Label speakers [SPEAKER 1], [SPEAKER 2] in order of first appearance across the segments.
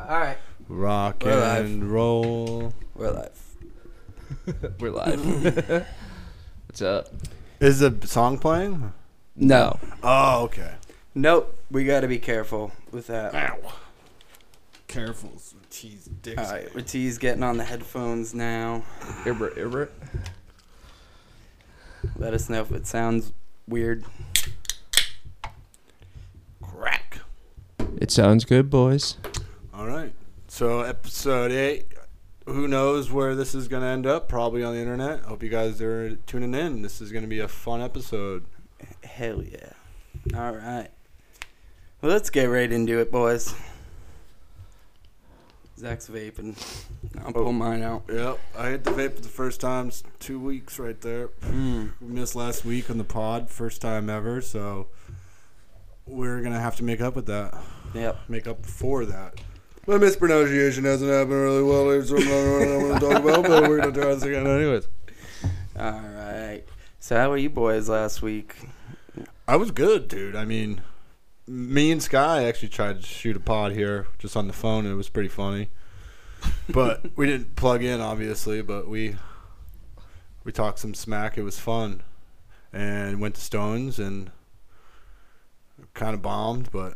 [SPEAKER 1] All right,
[SPEAKER 2] Rock
[SPEAKER 3] We're live.
[SPEAKER 2] and roll.
[SPEAKER 3] We're live.
[SPEAKER 4] We're live. What's up?
[SPEAKER 2] Is the song playing?
[SPEAKER 3] No.
[SPEAKER 2] Oh, okay.
[SPEAKER 3] Nope. We got to be careful with that.
[SPEAKER 2] Careful, cheese dicks.
[SPEAKER 3] All right. Ortiz getting on the headphones now.
[SPEAKER 4] Ibra, Ibra.
[SPEAKER 3] Let us know if it sounds weird.
[SPEAKER 2] Crack.
[SPEAKER 4] It sounds good, boys.
[SPEAKER 2] All right. So episode eight. Who knows where this is gonna end up? Probably on the internet. Hope you guys are tuning in. This is gonna be a fun episode.
[SPEAKER 3] Hell yeah. All right. Well, let's get right into it, boys. Zach's vaping. I'll pull mine out.
[SPEAKER 2] Yep, I hit the vape for the first time s- two weeks right there. We missed last week on the pod, first time ever. So we're gonna have to make up with that.
[SPEAKER 3] Yep.
[SPEAKER 2] make up for that. My mispronunciation hasn't happened really well. There's something I want to talk about, but we're gonna try this again anyways.
[SPEAKER 3] All right. So how were you boys last week?
[SPEAKER 2] I was good, dude. I mean, me and Sky actually tried to shoot a pod here just on the phone, and it was pretty funny. But we didn't plug in, obviously. But we we talked some smack. It was fun, and went to Stones and kind of bombed, but.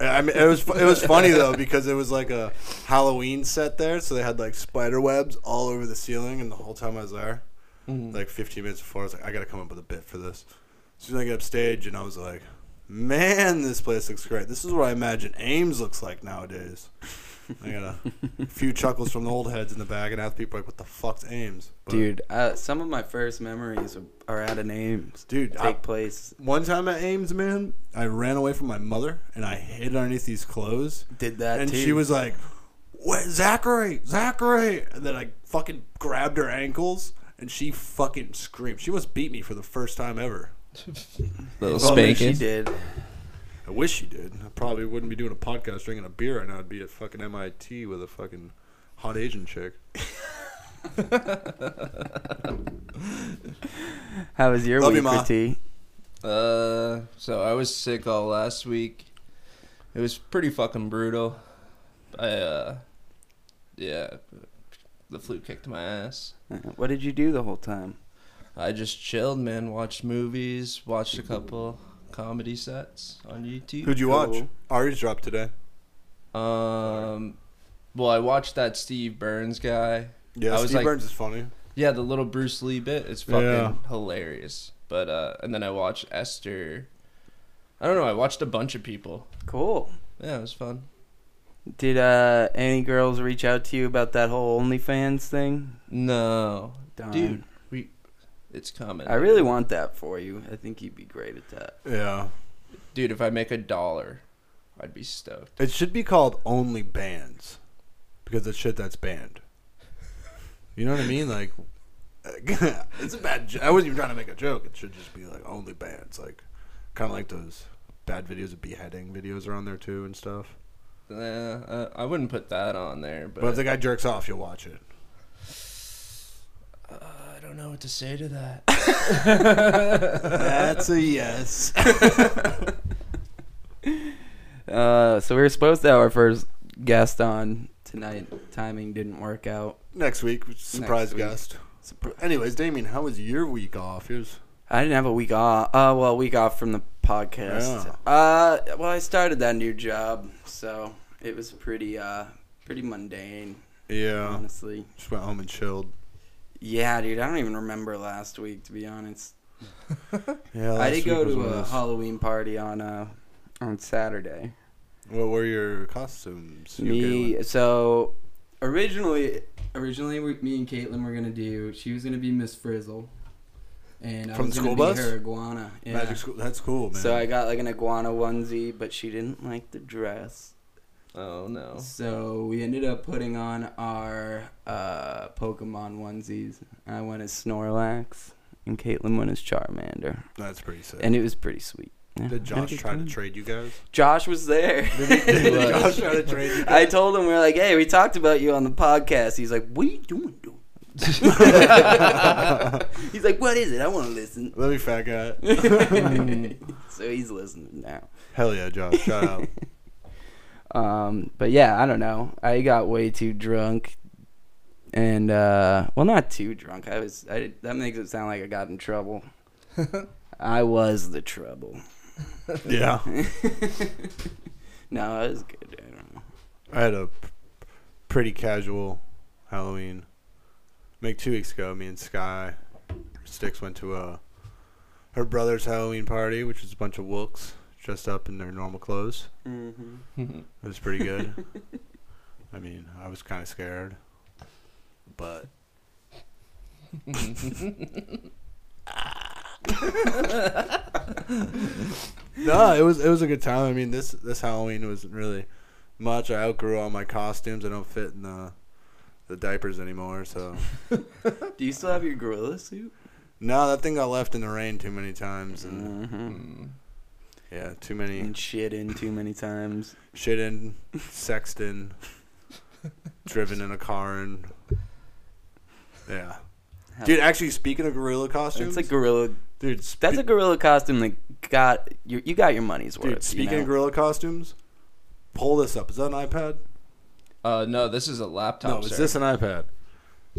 [SPEAKER 2] I mean, it was fu- it was funny though because it was like a Halloween set there, so they had like spider webs all over the ceiling, and the whole time I was there, like 15 minutes before, I was like, I gotta come up with a bit for this. As soon as I get up stage, and I was like, man, this place looks great. This is what I imagine Ames looks like nowadays. I got a few chuckles from the old heads in the back, and half the people are like, what the fuck's Ames? But-
[SPEAKER 3] Dude, uh, some of my first memories are out of names.
[SPEAKER 2] Dude, I-
[SPEAKER 3] Take place.
[SPEAKER 2] One time at Ames, man, I ran away from my mother, and I hid underneath these clothes.
[SPEAKER 3] Did that
[SPEAKER 2] and
[SPEAKER 3] too.
[SPEAKER 2] she was like, "What, Zachary? Zachary!" And then I fucking grabbed her ankles, and she fucking screamed. She must beat me for the first time ever.
[SPEAKER 4] Little
[SPEAKER 3] Well, I mean, She
[SPEAKER 4] spanking.
[SPEAKER 3] did.
[SPEAKER 2] I wish she did. I probably wouldn't be doing a podcast drinking a beer right now. I'd be at fucking MIT with a fucking hot Asian chick.
[SPEAKER 3] How was your
[SPEAKER 2] Love you,
[SPEAKER 3] week,
[SPEAKER 2] Ma.
[SPEAKER 3] T?
[SPEAKER 4] Uh, so I was sick all last week. It was pretty fucking brutal. I uh, yeah, the flu kicked my ass.
[SPEAKER 3] What did you do the whole time?
[SPEAKER 4] I just chilled, man. Watched movies. Watched a couple comedy sets on YouTube.
[SPEAKER 2] Who'd you watch?
[SPEAKER 3] Cool.
[SPEAKER 2] Ari's dropped today.
[SPEAKER 4] Um, well, I watched that Steve Burns guy.
[SPEAKER 2] Yeah,
[SPEAKER 4] I was
[SPEAKER 2] Steve
[SPEAKER 4] like-
[SPEAKER 2] Burns is funny.
[SPEAKER 4] Yeah, the little Bruce Lee bit is fucking
[SPEAKER 2] Yeah.
[SPEAKER 4] hilarious. But uh and then I watched Esther. I don't know, I watched a bunch of people.
[SPEAKER 3] Cool.
[SPEAKER 4] Yeah, it was fun.
[SPEAKER 3] Did uh, any girls reach out to you about that whole OnlyFans thing?
[SPEAKER 4] No.
[SPEAKER 3] Darn.
[SPEAKER 4] Dude, we it's coming.
[SPEAKER 3] I really want that for you. I think you'd be great at that.
[SPEAKER 2] Yeah,
[SPEAKER 4] Dude, if I make a dollar, I'd be stoked.
[SPEAKER 2] it should be called Only Bands because it's shit that's banned. You know what I mean? Like, it's a bad. Jo- I wasn't even trying to make a joke. It should just be like Only Bands, like kind of like those bad videos of beheading videos are on there too and stuff.
[SPEAKER 4] Nah, uh, I wouldn't put that on there, but,
[SPEAKER 2] But if the guy jerks off, you'll watch it.
[SPEAKER 4] uh, I don't know what to say to that.
[SPEAKER 2] That's a yes.
[SPEAKER 3] Uh, so we were supposed to have our first guest on tonight. Timing didn't work out.
[SPEAKER 2] Next week, surprise
[SPEAKER 3] Next week.
[SPEAKER 2] guest. Anyways, Damien, how was your week off? Here's
[SPEAKER 3] I didn't have a week off. Uh, well, a week off from the podcast.
[SPEAKER 2] Oh.
[SPEAKER 3] Uh, well, I started that new job, so it was pretty, uh, pretty mundane,
[SPEAKER 2] yeah,
[SPEAKER 3] honestly.
[SPEAKER 2] just went home and chilled.
[SPEAKER 3] Yeah, dude, I don't even remember last week, to be honest.
[SPEAKER 2] Yeah,
[SPEAKER 3] I did go to a Halloween party on uh, on Saturday.
[SPEAKER 2] What were your costumes? You
[SPEAKER 3] me
[SPEAKER 2] okay
[SPEAKER 3] so originally originally we, me and Caitlin were gonna do she was gonna be Miss Frizzle, and I
[SPEAKER 2] From
[SPEAKER 3] was
[SPEAKER 2] the
[SPEAKER 3] gonna
[SPEAKER 2] school
[SPEAKER 3] be
[SPEAKER 2] bus?
[SPEAKER 3] her iguana.
[SPEAKER 2] with?
[SPEAKER 3] Yeah.
[SPEAKER 2] Magic school. That's cool, man.
[SPEAKER 3] so I got like an iguana onesie, but she didn't like the dress.
[SPEAKER 4] oh no.
[SPEAKER 3] So we ended up putting on our uh, Pokemon onesies. I went as Snorlax, and Caitlin went as Charmander,
[SPEAKER 2] That's pretty sick.
[SPEAKER 3] and it was pretty sweet. Yeah,
[SPEAKER 2] did
[SPEAKER 3] I had a
[SPEAKER 2] Josh
[SPEAKER 3] good
[SPEAKER 2] try to
[SPEAKER 3] time.
[SPEAKER 2] trade you guys?
[SPEAKER 3] Josh was there.
[SPEAKER 2] Did Josh
[SPEAKER 4] was.
[SPEAKER 2] try to trade you?
[SPEAKER 3] I told him we were like, "Hey, we talked about you on the podcast." He's like, "What are you doing, dude?" he's like, "What is it? I want to listen."
[SPEAKER 2] Let me fat guy.
[SPEAKER 3] so he's listening now.
[SPEAKER 2] Hell yeah, Josh! Shout out.
[SPEAKER 3] Um, but yeah, I don't know. I got way too drunk, and uh, well, not too drunk. I was. I, that makes it sound like I got in trouble. I was the trouble.
[SPEAKER 2] Yeah.
[SPEAKER 3] No, it was good. I don't know.
[SPEAKER 2] I had a p- pretty casual Halloween. Like two weeks ago, me and Sky Sticks went to a her brother's Halloween party, which was a bunch of wooks dressed up in their normal clothes.
[SPEAKER 3] Mm-hmm.
[SPEAKER 2] It was pretty good. I mean, I was kind of scared, but no, it was it was a good time. I mean, this this Halloween wasn't really much. I outgrew all my costumes. I don't fit in the the diapers anymore. So
[SPEAKER 3] Do you still have your gorilla suit?
[SPEAKER 2] no, that thing got left in the rain too many times, and
[SPEAKER 3] Mm-hmm.
[SPEAKER 2] yeah, too many
[SPEAKER 3] And shit in too many times.
[SPEAKER 2] shit in, sexed in, driven in a car, and yeah. Dude, actually, speaking of gorilla costumes,
[SPEAKER 3] it's a gorilla.
[SPEAKER 2] dude, spe-
[SPEAKER 3] That's a gorilla costume that got you. You got your money's worth.
[SPEAKER 2] dude. Speaking
[SPEAKER 3] you know?
[SPEAKER 2] of gorilla costumes, pull this up. Is that an iPad?
[SPEAKER 4] Uh, no, this is a laptop.
[SPEAKER 2] no, is
[SPEAKER 4] sir.
[SPEAKER 2] this an iPad?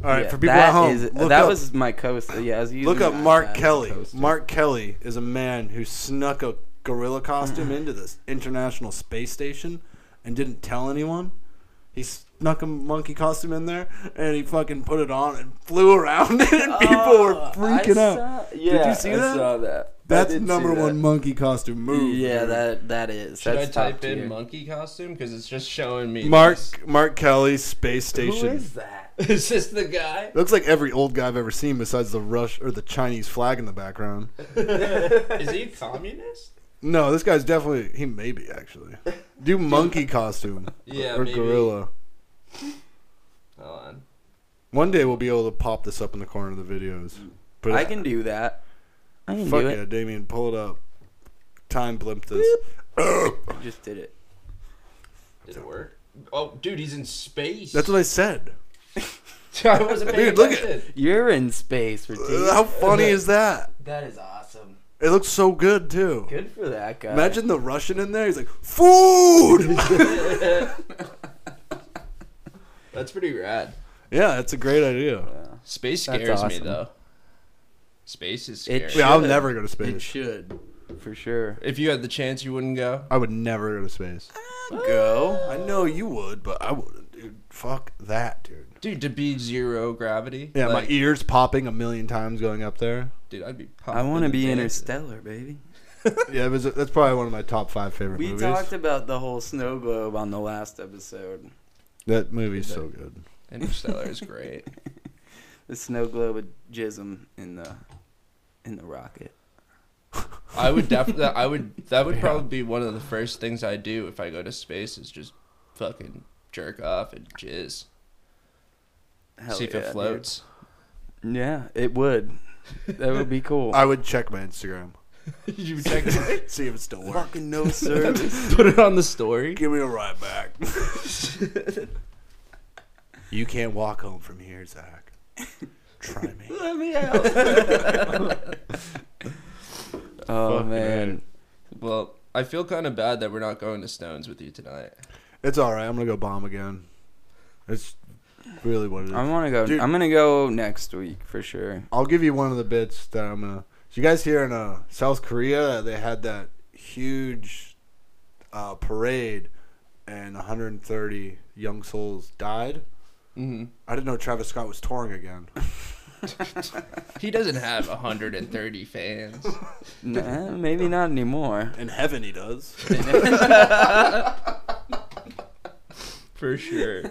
[SPEAKER 2] All right,
[SPEAKER 3] Yeah,
[SPEAKER 2] for people
[SPEAKER 3] that
[SPEAKER 2] at home,
[SPEAKER 3] is-
[SPEAKER 2] look
[SPEAKER 3] that
[SPEAKER 2] up,
[SPEAKER 3] was my coast. Yeah, I was using
[SPEAKER 2] look up
[SPEAKER 3] my
[SPEAKER 2] Mark
[SPEAKER 3] iPad
[SPEAKER 2] Kelly.
[SPEAKER 3] as a coaster.
[SPEAKER 2] Mark Kelly is a man who snuck a gorilla costume into the International Space Station and didn't tell anyone. He snuck a monkey costume in there and he fucking put it on and flew around it and people were
[SPEAKER 3] Oh,
[SPEAKER 2] freaking
[SPEAKER 3] I
[SPEAKER 2] out.
[SPEAKER 3] saw- yeah,
[SPEAKER 2] you see
[SPEAKER 3] I
[SPEAKER 2] that?
[SPEAKER 3] Saw that. I
[SPEAKER 2] That's
[SPEAKER 3] did see
[SPEAKER 2] number
[SPEAKER 3] that.
[SPEAKER 2] one monkey costume move.
[SPEAKER 3] Yeah,
[SPEAKER 2] dude.
[SPEAKER 3] that that is.
[SPEAKER 4] Should I
[SPEAKER 3] That's top
[SPEAKER 4] type in
[SPEAKER 3] tier.
[SPEAKER 4] monkey costume? Because it's just showing me. this.
[SPEAKER 2] Mark Mark Kelly Space
[SPEAKER 3] Who
[SPEAKER 2] Station.
[SPEAKER 3] is that?
[SPEAKER 4] Is this the guy?
[SPEAKER 2] Looks like every old guy I've ever seen, besides the Rush or the Chinese flag in the background.
[SPEAKER 4] is he communist?
[SPEAKER 2] No, this guy's definitely he may be actually. Do monkey costume
[SPEAKER 4] Yeah,
[SPEAKER 2] or
[SPEAKER 4] maybe.
[SPEAKER 2] gorilla.
[SPEAKER 4] Hold on.
[SPEAKER 2] One day we'll be able to pop this up in the corner of the videos. But
[SPEAKER 3] I can do that. I can
[SPEAKER 2] fuck
[SPEAKER 3] do
[SPEAKER 2] yeah,
[SPEAKER 3] it.
[SPEAKER 2] Damien, pull it up. Time blimp this.
[SPEAKER 3] I just did it.
[SPEAKER 4] Did it work? Oh, dude, he's in space.
[SPEAKER 2] That's what I said.
[SPEAKER 4] I wasn't paying
[SPEAKER 2] Dude, look at-
[SPEAKER 4] attention.
[SPEAKER 3] You're in space,
[SPEAKER 2] Uh,
[SPEAKER 3] ridiculous.
[SPEAKER 2] How funny is that?
[SPEAKER 3] That is awesome.
[SPEAKER 2] It looks so good too.
[SPEAKER 3] Good for that guy.
[SPEAKER 2] Imagine the Russian in there. He's like, food.
[SPEAKER 4] That's pretty rad.
[SPEAKER 2] yeah, that's a great idea.
[SPEAKER 4] Space
[SPEAKER 3] That's
[SPEAKER 4] scares me
[SPEAKER 3] awesome.
[SPEAKER 4] though. Space is
[SPEAKER 3] It
[SPEAKER 4] scary.
[SPEAKER 2] Yeah, I'll
[SPEAKER 3] should.
[SPEAKER 2] never go to
[SPEAKER 3] It
[SPEAKER 2] space.
[SPEAKER 3] should, for sure.
[SPEAKER 4] If you had the chance, you wouldn't go.
[SPEAKER 2] I would never go to space.
[SPEAKER 3] Go.
[SPEAKER 2] I know you would, but I wouldn't, dude. Fuck that, dude.
[SPEAKER 4] Dude, to be zero gravity.
[SPEAKER 2] Yeah,
[SPEAKER 4] like,
[SPEAKER 2] my ears popping a million times going up there.
[SPEAKER 4] dude, I'd be.
[SPEAKER 3] I want to
[SPEAKER 4] pumping
[SPEAKER 3] be
[SPEAKER 4] the
[SPEAKER 3] interstellar, baby.
[SPEAKER 2] yeah, it was, that's probably one of my top five favorite
[SPEAKER 3] We
[SPEAKER 2] movies.
[SPEAKER 3] talked about the whole snow globe on the last episode.
[SPEAKER 2] that movie's so good.
[SPEAKER 4] day. Interstellar is great.
[SPEAKER 3] The snow globe with jism in the in the rocket.
[SPEAKER 4] I would definitely. I would. That would probably be one of the first things I do if I go to space is just fucking jerk off and jizz.
[SPEAKER 3] Hell
[SPEAKER 4] See if
[SPEAKER 3] yeah,
[SPEAKER 4] it
[SPEAKER 3] dude.
[SPEAKER 4] floats.
[SPEAKER 3] Yeah, it would. That would be cool.
[SPEAKER 2] I would check my Instagram,
[SPEAKER 4] you check it.
[SPEAKER 2] see if it still works.
[SPEAKER 3] Fucking no service.
[SPEAKER 4] Put it on the story.
[SPEAKER 2] Give me a ride back. you can't walk home from here, Zach. Try me.
[SPEAKER 3] Let me out. oh
[SPEAKER 2] Fucking
[SPEAKER 3] man.
[SPEAKER 4] Well, I feel kind of bad that we're not going to Stones with you tonight.
[SPEAKER 2] It's all right. I'm gonna go bomb again. It's really what it is.
[SPEAKER 3] I want to go.
[SPEAKER 2] Dude.
[SPEAKER 3] I'm gonna go next week for sure.
[SPEAKER 2] I'll give you one of the bits that I'm gonna. Did you guys hear in uh, South Korea they had that huge uh, parade, and 130 young souls died.
[SPEAKER 4] Mm-hmm.
[SPEAKER 2] I didn't know Travis Scott was touring again.
[SPEAKER 4] He doesn't have 130 fans.
[SPEAKER 3] Nah, maybe not anymore.
[SPEAKER 2] In heaven, he does.
[SPEAKER 4] For sure.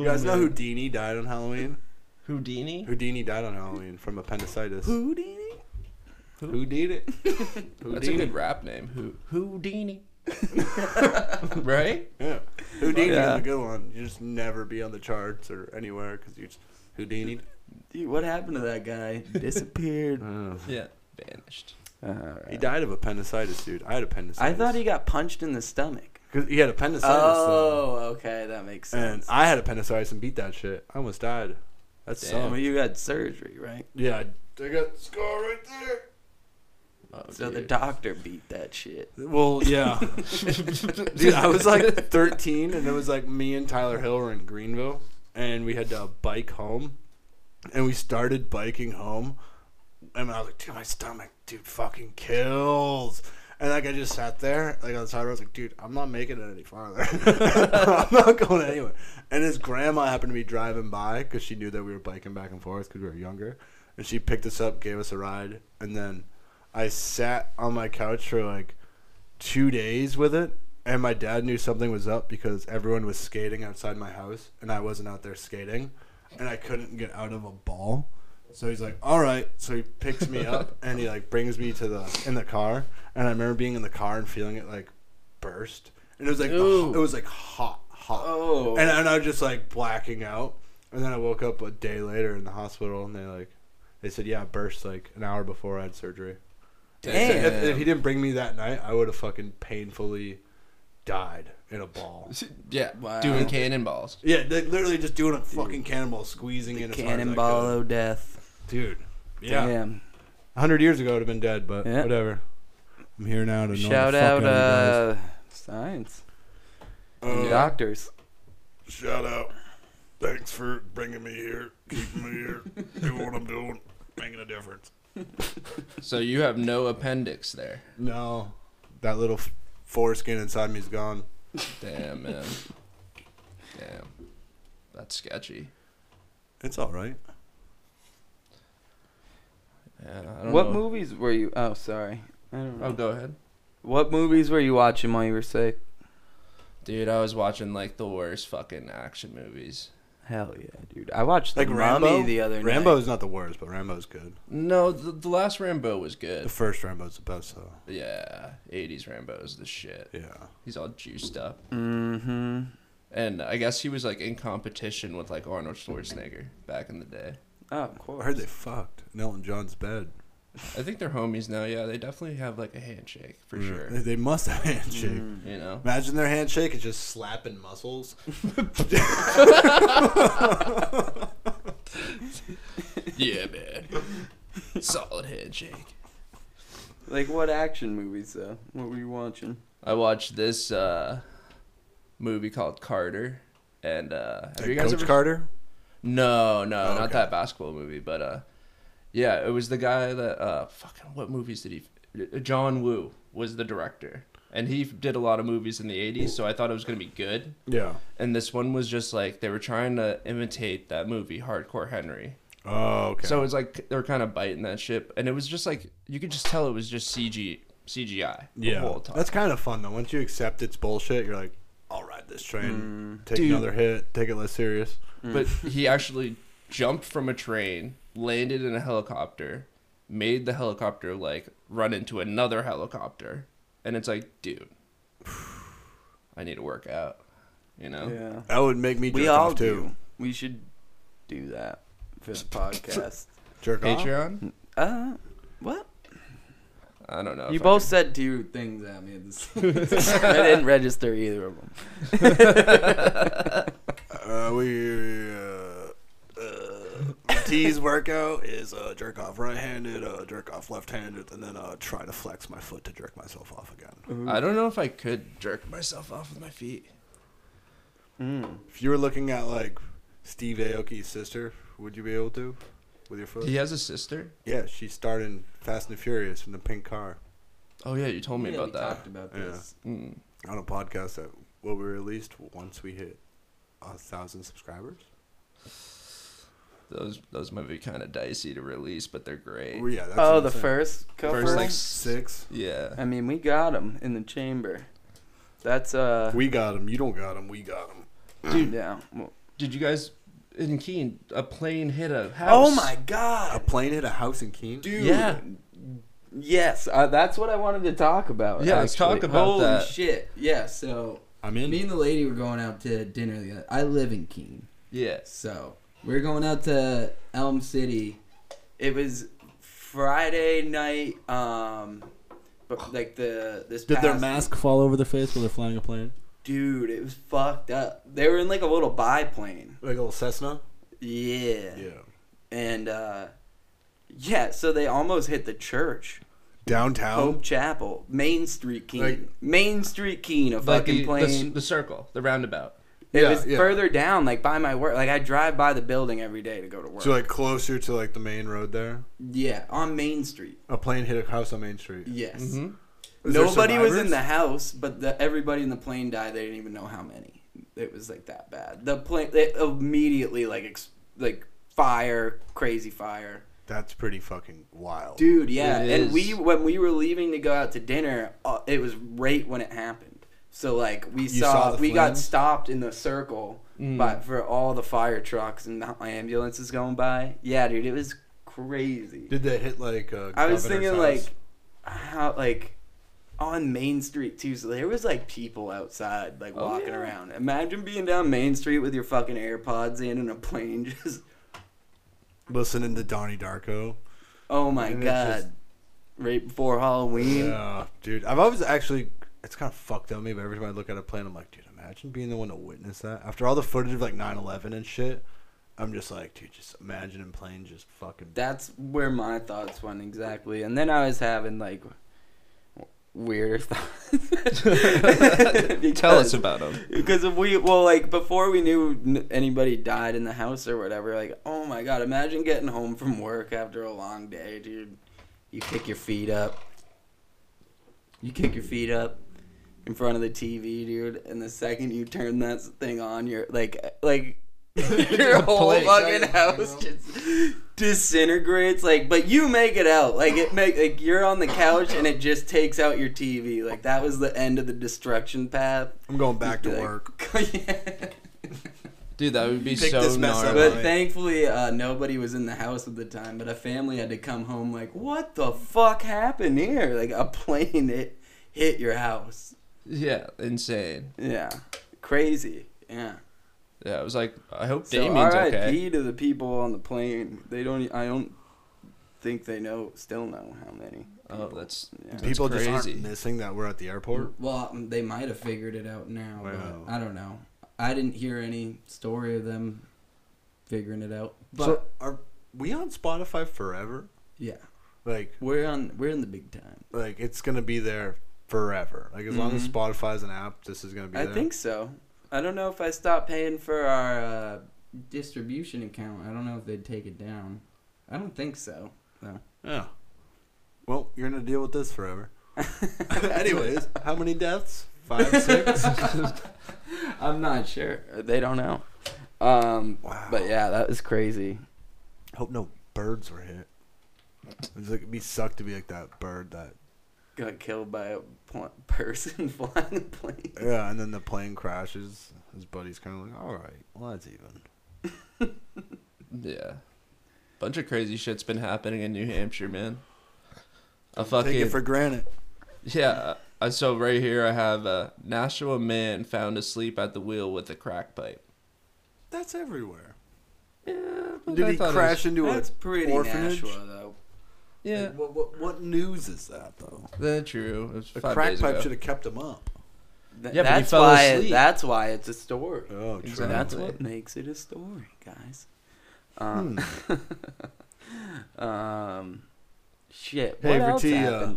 [SPEAKER 2] You guys know
[SPEAKER 4] man.
[SPEAKER 2] Houdini died on Halloween?
[SPEAKER 4] Houdini?
[SPEAKER 2] Houdini died on Halloween from appendicitis.
[SPEAKER 3] Houdini.
[SPEAKER 2] Who did it?
[SPEAKER 4] That's a good rap name. Who Houdini? right?
[SPEAKER 2] Yeah. Houdini
[SPEAKER 3] Yeah.
[SPEAKER 2] is a good one. You just never be on the charts or anywhere because you just Houdini.
[SPEAKER 3] Dude, what happened to that guy? Disappeared.
[SPEAKER 4] Yeah. Vanished.
[SPEAKER 2] He
[SPEAKER 3] Alright.
[SPEAKER 2] died of appendicitis, dude. I had appendicitis.
[SPEAKER 3] I thought he got punched in the stomach.
[SPEAKER 2] 'Cause he had appendicitis. though.
[SPEAKER 3] Oh, okay, that makes
[SPEAKER 2] And
[SPEAKER 3] sense.
[SPEAKER 2] I had appendicitis and beat that shit. I almost died. That's
[SPEAKER 4] Damn.
[SPEAKER 3] well,
[SPEAKER 2] so.
[SPEAKER 3] you had surgery, right?
[SPEAKER 2] Yeah, I I got the scar right there.
[SPEAKER 4] Oh,
[SPEAKER 3] so the
[SPEAKER 4] dude.
[SPEAKER 3] doctor beat that shit.
[SPEAKER 2] Well, yeah. Dude, I was like 13, and it was like me and Tyler Hill were in Greenville, and we had to bike home, and we started biking home, and I was like, dude, my stomach, dude, fucking kills. And like I just sat there, like on the side, road, I was like, dude, I'm not making it any farther. I'm not going anywhere. And his grandma happened to be driving by because she knew that we were biking back and forth because we were younger, and she picked us up, gave us a ride, and then I sat on my couch for like two days with it, and my dad knew something was up because everyone was skating outside my house, and I wasn't out there skating, and I couldn't get out of a ball. So he's like, "All right." So he picks me up and he like brings me to the in the car, and I remember being in the car and feeling it like burst, and it was like the-
[SPEAKER 3] Ooh.
[SPEAKER 2] it was like hot, hot,
[SPEAKER 3] Oh.
[SPEAKER 2] and and I was just like blacking out, and then I woke up a day later in the hospital, and they like. They said, "Yeah, it burst like an hour before I had surgery."
[SPEAKER 4] Damn.
[SPEAKER 2] If, if he didn't bring me that night, I would have fucking painfully died in a ball.
[SPEAKER 4] Yeah,
[SPEAKER 3] Wow.
[SPEAKER 4] doing cannonballs.
[SPEAKER 2] Yeah, they literally just doing a fucking cannonball, squeezing
[SPEAKER 3] The
[SPEAKER 2] in as hard as I
[SPEAKER 3] cannonball
[SPEAKER 2] could.
[SPEAKER 3] o' death.
[SPEAKER 2] uh, dude. Yeah,
[SPEAKER 3] Damn.
[SPEAKER 2] hundred years ago, I'd have been dead, but
[SPEAKER 3] Yeah.
[SPEAKER 2] whatever. I'm here now to
[SPEAKER 3] Shout out uh, science. and doctors.
[SPEAKER 2] Uh, shout out. Thanks for bringing me here, keeping me here, doing what I'm doing, making a difference.
[SPEAKER 4] So you have no appendix there.
[SPEAKER 2] No, that little f- foreskin inside me's gone.
[SPEAKER 4] Damn, man. Damn. That's sketchy.
[SPEAKER 2] It's all right.
[SPEAKER 4] Yeah, I don't
[SPEAKER 3] What
[SPEAKER 4] know.
[SPEAKER 3] movies were you? Oh, sorry. I don't know.
[SPEAKER 4] Oh, go ahead.
[SPEAKER 3] What movies were you watching while you were sick?
[SPEAKER 4] Dude, I was watching like the worst fucking action movies.
[SPEAKER 3] Hell yeah, dude! I watched
[SPEAKER 2] Like
[SPEAKER 3] the
[SPEAKER 2] Rambo.
[SPEAKER 3] Mummy the other night.
[SPEAKER 2] Rambo's not the worst, but Rambo's good.
[SPEAKER 4] No, the, the last Rambo was
[SPEAKER 2] The
[SPEAKER 4] good.
[SPEAKER 2] first Rambo's the best, though.
[SPEAKER 4] Yeah, 80s Rambo is the shit.
[SPEAKER 2] Yeah.
[SPEAKER 4] He's all juiced up.
[SPEAKER 3] Mm-hmm.
[SPEAKER 4] And I guess he was like in competition with like Arnold Schwarzenegger back in the day.
[SPEAKER 3] Oh, of course.
[SPEAKER 2] I heard they fucked in Elton John's bed.
[SPEAKER 4] I think they're homies now. Yeah, they definitely have like a handshake for
[SPEAKER 2] Yeah.
[SPEAKER 4] sure.
[SPEAKER 2] Mm.
[SPEAKER 4] Mm.
[SPEAKER 2] They, they must have handshake.
[SPEAKER 4] You know?
[SPEAKER 2] Imagine their handshake is just slapping muscles.
[SPEAKER 4] yeah, man. Solid handshake.
[SPEAKER 3] Like what action movies though? What were you watching?
[SPEAKER 4] I watched this uh, movie called Carter. And uh, have you guys
[SPEAKER 2] Coach
[SPEAKER 4] ever
[SPEAKER 2] Carter?
[SPEAKER 4] No, no,
[SPEAKER 2] Oh,
[SPEAKER 4] not
[SPEAKER 2] okay.
[SPEAKER 4] that basketball movie, but uh, yeah, it was the guy that uh, fucking what movies did he? uh, John Woo was the director, and he did a lot of movies in the '80s, so I thought it was gonna be good.
[SPEAKER 2] Yeah.
[SPEAKER 4] And this one was just like they were trying to imitate that movie, Hardcore Henry.
[SPEAKER 2] Oh, okay.
[SPEAKER 4] So it's like they were kind of biting that shit, and it was just like you could just tell it was just CG, CGI the
[SPEAKER 2] yeah.
[SPEAKER 4] whole time.
[SPEAKER 2] That's kind of fun, though. Once you accept it's bullshit, you're like, I'll ride this train. Take
[SPEAKER 4] Dude.
[SPEAKER 2] another hit. Take it less serious.
[SPEAKER 3] Mm.
[SPEAKER 4] but he actually jumped from a train, landed in a helicopter, made the helicopter like run into another helicopter, and it's like, dude, I need to work out, you know?
[SPEAKER 3] Yeah,
[SPEAKER 2] That would make me jerk
[SPEAKER 3] we all
[SPEAKER 2] off, too.
[SPEAKER 3] do. We should do that for the podcast.
[SPEAKER 2] Jerk off?
[SPEAKER 4] Patreon?
[SPEAKER 3] Uh, what?
[SPEAKER 4] I don't know.
[SPEAKER 3] you
[SPEAKER 4] if I
[SPEAKER 3] both said two things at me. At this I didn't register either of them.
[SPEAKER 2] Uh, we. Uh, uh, T's workout is uh, jerk off right handed, uh, jerk off left handed, and then uh, try to flex my foot to jerk myself off again.
[SPEAKER 4] could- I don't know if I could jerk myself off with my feet.
[SPEAKER 2] If you were looking at like Steve Aoki's sister, would you be able to with your foot?
[SPEAKER 4] He has a sister.
[SPEAKER 2] Yeah, she starred in Fast and the Furious in the pink car
[SPEAKER 4] Oh yeah, you told me
[SPEAKER 3] yeah,
[SPEAKER 4] about
[SPEAKER 3] we
[SPEAKER 4] that.
[SPEAKER 3] talked about
[SPEAKER 2] Yeah.
[SPEAKER 3] this.
[SPEAKER 4] Mm.
[SPEAKER 2] on a podcast that will be released once we hit a thousand subscribers.
[SPEAKER 4] Those those might be kind of dicey to release, but they're great.
[SPEAKER 2] Well, yeah, that's
[SPEAKER 3] oh,
[SPEAKER 2] what
[SPEAKER 3] the
[SPEAKER 2] I'm saying.
[SPEAKER 3] first cover.
[SPEAKER 4] First, like,
[SPEAKER 2] six.
[SPEAKER 4] yeah.
[SPEAKER 3] I mean, we got him in the chamber. That's uh,
[SPEAKER 2] We got him. You don't got him. We got him.
[SPEAKER 3] dude. Yeah. well-
[SPEAKER 4] Did you guys in Keene? A plane hit a house.
[SPEAKER 3] Oh my
[SPEAKER 2] A
[SPEAKER 3] god,
[SPEAKER 2] plane hit a house in Keene.
[SPEAKER 4] dude!
[SPEAKER 3] Yeah. Yes, uh, that's what I wanted to talk about.
[SPEAKER 4] Yeah, let's
[SPEAKER 3] actually.
[SPEAKER 4] talk about
[SPEAKER 3] Holy
[SPEAKER 4] that.
[SPEAKER 3] shit! Yeah, so
[SPEAKER 2] I'm
[SPEAKER 3] me
[SPEAKER 2] in.
[SPEAKER 3] and the lady were going out to dinner. The other, I live in Keene,
[SPEAKER 4] Yeah.
[SPEAKER 3] so we're going out to Elm City. It was Friday night, um, but like the this past-
[SPEAKER 2] fall over their face while they're flying a plane?
[SPEAKER 3] dude. It was fucked up. They were in like a little biplane.
[SPEAKER 2] Like a little Cessna.
[SPEAKER 3] Yeah, and uh, yeah, so they almost hit the church.
[SPEAKER 2] downtown.
[SPEAKER 3] Hope Chapel, Main Street Keene,
[SPEAKER 2] Oh. Like-
[SPEAKER 3] Main Street Keene, a
[SPEAKER 4] Like
[SPEAKER 3] fucking
[SPEAKER 4] the, the,
[SPEAKER 3] plane.
[SPEAKER 4] s- the circle, the roundabout.
[SPEAKER 3] it
[SPEAKER 2] Yeah,
[SPEAKER 3] was
[SPEAKER 2] yeah.
[SPEAKER 3] further down, like by my work. Like I drive by the building every day to go to work.
[SPEAKER 2] So like closer to like the main road there.
[SPEAKER 3] yeah, on Main Street.
[SPEAKER 2] A plane hit a house on Main Street.
[SPEAKER 3] Yes.
[SPEAKER 4] hmm
[SPEAKER 2] mm-hmm. Is there
[SPEAKER 3] Nobody was in
[SPEAKER 2] survivors?
[SPEAKER 3] the house, but the, everybody in the plane died. They didn't even know how many. It was like that bad. The plane it immediately like ex, like fire, crazy fire.
[SPEAKER 2] That's pretty fucking wild.
[SPEAKER 3] Dude, yeah.
[SPEAKER 4] It
[SPEAKER 3] And
[SPEAKER 4] is.
[SPEAKER 3] we when we were leaving to go out to dinner, uh, it was right when it happened. So like we saw,
[SPEAKER 2] saw the
[SPEAKER 3] we got
[SPEAKER 2] flames? Mm.
[SPEAKER 3] stopped in the circle, but for all the fire trucks and the ambulances going by. Yeah, dude, it was crazy.
[SPEAKER 2] Did they hit like a
[SPEAKER 3] I was
[SPEAKER 2] governor's
[SPEAKER 3] thinking
[SPEAKER 2] house?
[SPEAKER 3] like how like on Main Street too. So there was like people outside like
[SPEAKER 4] Oh,
[SPEAKER 3] walking
[SPEAKER 4] yeah.
[SPEAKER 3] around. Imagine being down Main Street with your fucking AirPods in and a plane just
[SPEAKER 2] listening to Donnie Darko.
[SPEAKER 3] oh my
[SPEAKER 2] And it
[SPEAKER 3] god.
[SPEAKER 2] just-
[SPEAKER 3] right before Halloween.
[SPEAKER 2] Yeah, dude. I've always actually it's kind of fucked on me, but every time I look at a plane I'm like, dude, imagine being the one to witness that. After all the footage of like 9/11 and shit, I'm just like, dude, just imagine a plane just fucking
[SPEAKER 3] That's where my thoughts went exactly. And then I was having like weirder thoughts.
[SPEAKER 4] Tell us
[SPEAKER 3] Because-
[SPEAKER 4] about them.
[SPEAKER 3] Because if we well, like before we knew n- anybody died in the house or whatever, like oh my god, imagine getting home from work after a long day, dude. You kick your feet up. You kick your feet up in front of the TV, dude, and the second you turn that thing on, you're like uh, like your whole
[SPEAKER 4] Play.
[SPEAKER 3] fucking house just disintegrates. Like, but you make it out. Like it make like you're on the couch and it just takes out your TV. Like that was the end of the destruction path.
[SPEAKER 2] I'm going back to
[SPEAKER 3] Like,
[SPEAKER 2] work.
[SPEAKER 3] yeah.
[SPEAKER 4] Dude, that would be
[SPEAKER 2] Pick
[SPEAKER 4] so
[SPEAKER 2] this mess up.
[SPEAKER 4] gnarly.
[SPEAKER 3] But thankfully, uh, nobody was in the house at the time. But a family had to come home like, "What the fuck happened here? Like a plane hit hit your house?
[SPEAKER 4] Yeah, insane.
[SPEAKER 3] Yeah, crazy. Yeah.
[SPEAKER 4] Yeah, I was like, I hope
[SPEAKER 3] So
[SPEAKER 4] Damien's
[SPEAKER 3] R.I.P.
[SPEAKER 4] okay.
[SPEAKER 3] to the people on the plane. They don't. e, I don't think they know. Still know how many.
[SPEAKER 4] Oh, that's
[SPEAKER 3] Yeah.
[SPEAKER 4] that's
[SPEAKER 2] People
[SPEAKER 4] crazy.
[SPEAKER 2] just aren't missing that we're at the airport.
[SPEAKER 3] Well, um, they might have figured it out now, but
[SPEAKER 2] Wow.
[SPEAKER 3] I don't know. I didn't hear any story of them figuring it out. But
[SPEAKER 2] so are we on Spotify forever?
[SPEAKER 3] yeah,
[SPEAKER 2] Like
[SPEAKER 3] we're on. We're in the big time.
[SPEAKER 2] like it's gonna be there forever. Like as long as
[SPEAKER 3] Mhm.
[SPEAKER 2] Spotify's an app, this is gonna be.
[SPEAKER 3] I
[SPEAKER 2] there.
[SPEAKER 3] think so. I don't know if I stopped paying for our uh, distribution account. I don't know if they'd take it down. I don't think so.
[SPEAKER 2] Yeah. Well, you're gonna deal with this forever. Anyways, how many deaths? Five, six.
[SPEAKER 3] I'm not sure. They don't know. Um,
[SPEAKER 2] Wow.
[SPEAKER 3] But yeah, that was crazy.
[SPEAKER 2] Hope no birds were hit. It's like it'd be suck to be like that bird that.
[SPEAKER 3] Got killed by a pl- person flying a plane.
[SPEAKER 2] Yeah, and then the plane crashes. His buddy's kind of like, all right, well that's even.
[SPEAKER 4] Yeah. Bunch of crazy shit's been happening in New Hampshire, man. A fucking
[SPEAKER 2] Take it for granted.
[SPEAKER 4] yeah. I so right here I have a Nashua man found asleep at the wheel with a crack pipe.
[SPEAKER 2] That's everywhere.
[SPEAKER 4] Yeah, but
[SPEAKER 2] Did
[SPEAKER 4] I
[SPEAKER 2] he
[SPEAKER 4] thought it was-
[SPEAKER 2] crash into a
[SPEAKER 3] That's pretty
[SPEAKER 2] orphanage?
[SPEAKER 3] Nashua, though.
[SPEAKER 4] yeah,
[SPEAKER 2] Like, what, what what news is that though? Oh,
[SPEAKER 4] that's true. It was
[SPEAKER 2] A
[SPEAKER 4] five
[SPEAKER 2] crack
[SPEAKER 4] days
[SPEAKER 2] pipe
[SPEAKER 4] ago.
[SPEAKER 2] should have kept him up.
[SPEAKER 3] Th-
[SPEAKER 4] Yeah, but he
[SPEAKER 3] that's
[SPEAKER 4] fell
[SPEAKER 3] why.
[SPEAKER 4] asleep.
[SPEAKER 3] that's why it's a story.
[SPEAKER 2] Oh,
[SPEAKER 4] true.
[SPEAKER 2] true.
[SPEAKER 4] Exactly.
[SPEAKER 3] That's what makes it a story, guys.
[SPEAKER 2] Hmm.
[SPEAKER 3] Um, um, shit.
[SPEAKER 2] Hey,
[SPEAKER 3] what else
[SPEAKER 2] Verti, uh,
[SPEAKER 3] happened?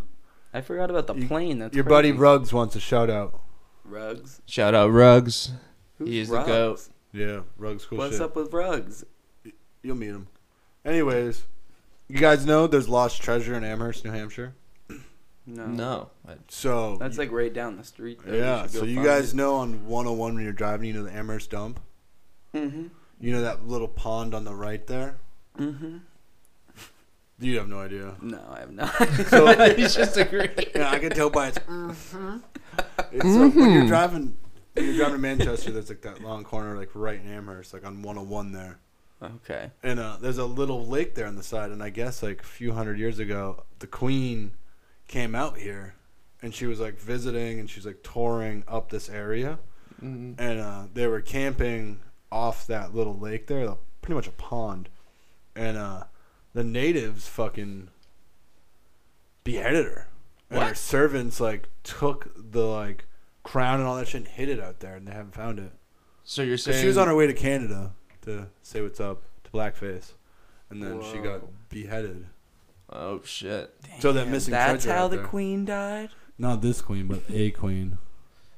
[SPEAKER 3] I forgot about the
[SPEAKER 2] you-
[SPEAKER 3] plane. That's
[SPEAKER 2] Your buddy
[SPEAKER 3] crazy.
[SPEAKER 2] Ruggs wants a shout out.
[SPEAKER 3] Rugs.
[SPEAKER 4] Shout out Rugs.
[SPEAKER 3] Who's
[SPEAKER 4] He is the
[SPEAKER 3] Rugs?
[SPEAKER 4] goat.
[SPEAKER 2] Yeah, Ruggs, cool
[SPEAKER 3] What's
[SPEAKER 2] shit.
[SPEAKER 3] up with Rugs?
[SPEAKER 2] You'll meet him. Anyways, you guys know there's lost treasure in Amherst, New Hampshire.
[SPEAKER 3] No.
[SPEAKER 4] No, I,
[SPEAKER 2] So
[SPEAKER 3] That's like right down the street. though.
[SPEAKER 2] yeah.
[SPEAKER 3] should go
[SPEAKER 2] So you
[SPEAKER 3] find
[SPEAKER 2] guys
[SPEAKER 3] it.
[SPEAKER 2] know on 101 when you're driving, you know the Amherst dump.
[SPEAKER 3] Mhm.
[SPEAKER 2] You know that little pond on the right there.
[SPEAKER 3] Mhm.
[SPEAKER 2] You have no idea.
[SPEAKER 3] No, I have not.
[SPEAKER 2] So
[SPEAKER 4] he's just agreeing.
[SPEAKER 2] yeah, I can tell by its. Mm-hmm. It's uh, when you're driving. When you're driving to Manchester, there's like that long corner, like right in Amherst, like on 101 there.
[SPEAKER 3] okay.
[SPEAKER 2] and uh, there's a little lake there on the side. And I guess like a few hundred years ago, the Queen came out here, and she was like visiting and she's like touring up this area,
[SPEAKER 4] Mhm.
[SPEAKER 2] and uh, they were camping off that little lake there, like, pretty much a pond, and uh, the natives fucking beheaded her, and her
[SPEAKER 4] What?
[SPEAKER 2] servants like took the like crown and all that shit and hid it out there, and they haven't found it.
[SPEAKER 4] So you're
[SPEAKER 2] So
[SPEAKER 4] saying
[SPEAKER 2] she was on her way to Canada to say what's up to blackface, and then she got
[SPEAKER 3] Whoa.
[SPEAKER 2] beheaded.
[SPEAKER 4] Oh shit.
[SPEAKER 2] So that missing
[SPEAKER 3] That's
[SPEAKER 2] treasure
[SPEAKER 3] how
[SPEAKER 2] out
[SPEAKER 3] the
[SPEAKER 2] there.
[SPEAKER 3] queen died.
[SPEAKER 2] Not this queen, but a queen.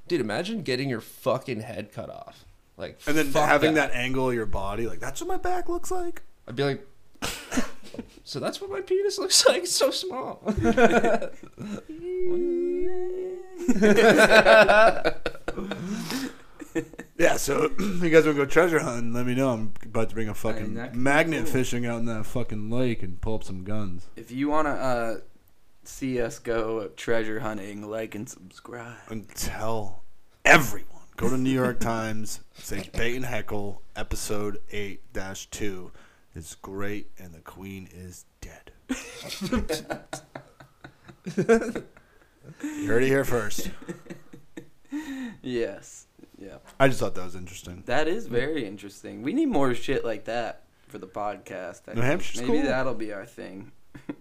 [SPEAKER 4] Dude, imagine getting your fucking head cut off. Like
[SPEAKER 2] And then
[SPEAKER 4] fuck
[SPEAKER 2] having that. angle of your body, like that's what my back looks like.
[SPEAKER 4] I'd be like So that's what my penis looks like, it's so small.
[SPEAKER 2] Yeah, so you guys want to go treasure hunting? Let me know. I'm about to bring a
[SPEAKER 3] mean,
[SPEAKER 2] fucking
[SPEAKER 3] that could be
[SPEAKER 2] magnet
[SPEAKER 3] cool.
[SPEAKER 2] fishing out in that fucking lake and pull up some guns.
[SPEAKER 3] If you wanna uh, see us go treasure hunting, like and subscribe.
[SPEAKER 2] And tell everyone. Go to New York Times, say Bait and Heckle, episode 8 2. It's great, and the queen is dead. you heard it here first.
[SPEAKER 3] Yes. Yeah.
[SPEAKER 2] I just thought that was interesting.
[SPEAKER 3] That is very interesting. We need more shit like that for the podcast. I
[SPEAKER 2] New
[SPEAKER 3] think.
[SPEAKER 2] Hampshire's
[SPEAKER 3] Maybe
[SPEAKER 2] cool.
[SPEAKER 3] that'll be our thing.
[SPEAKER 2] Did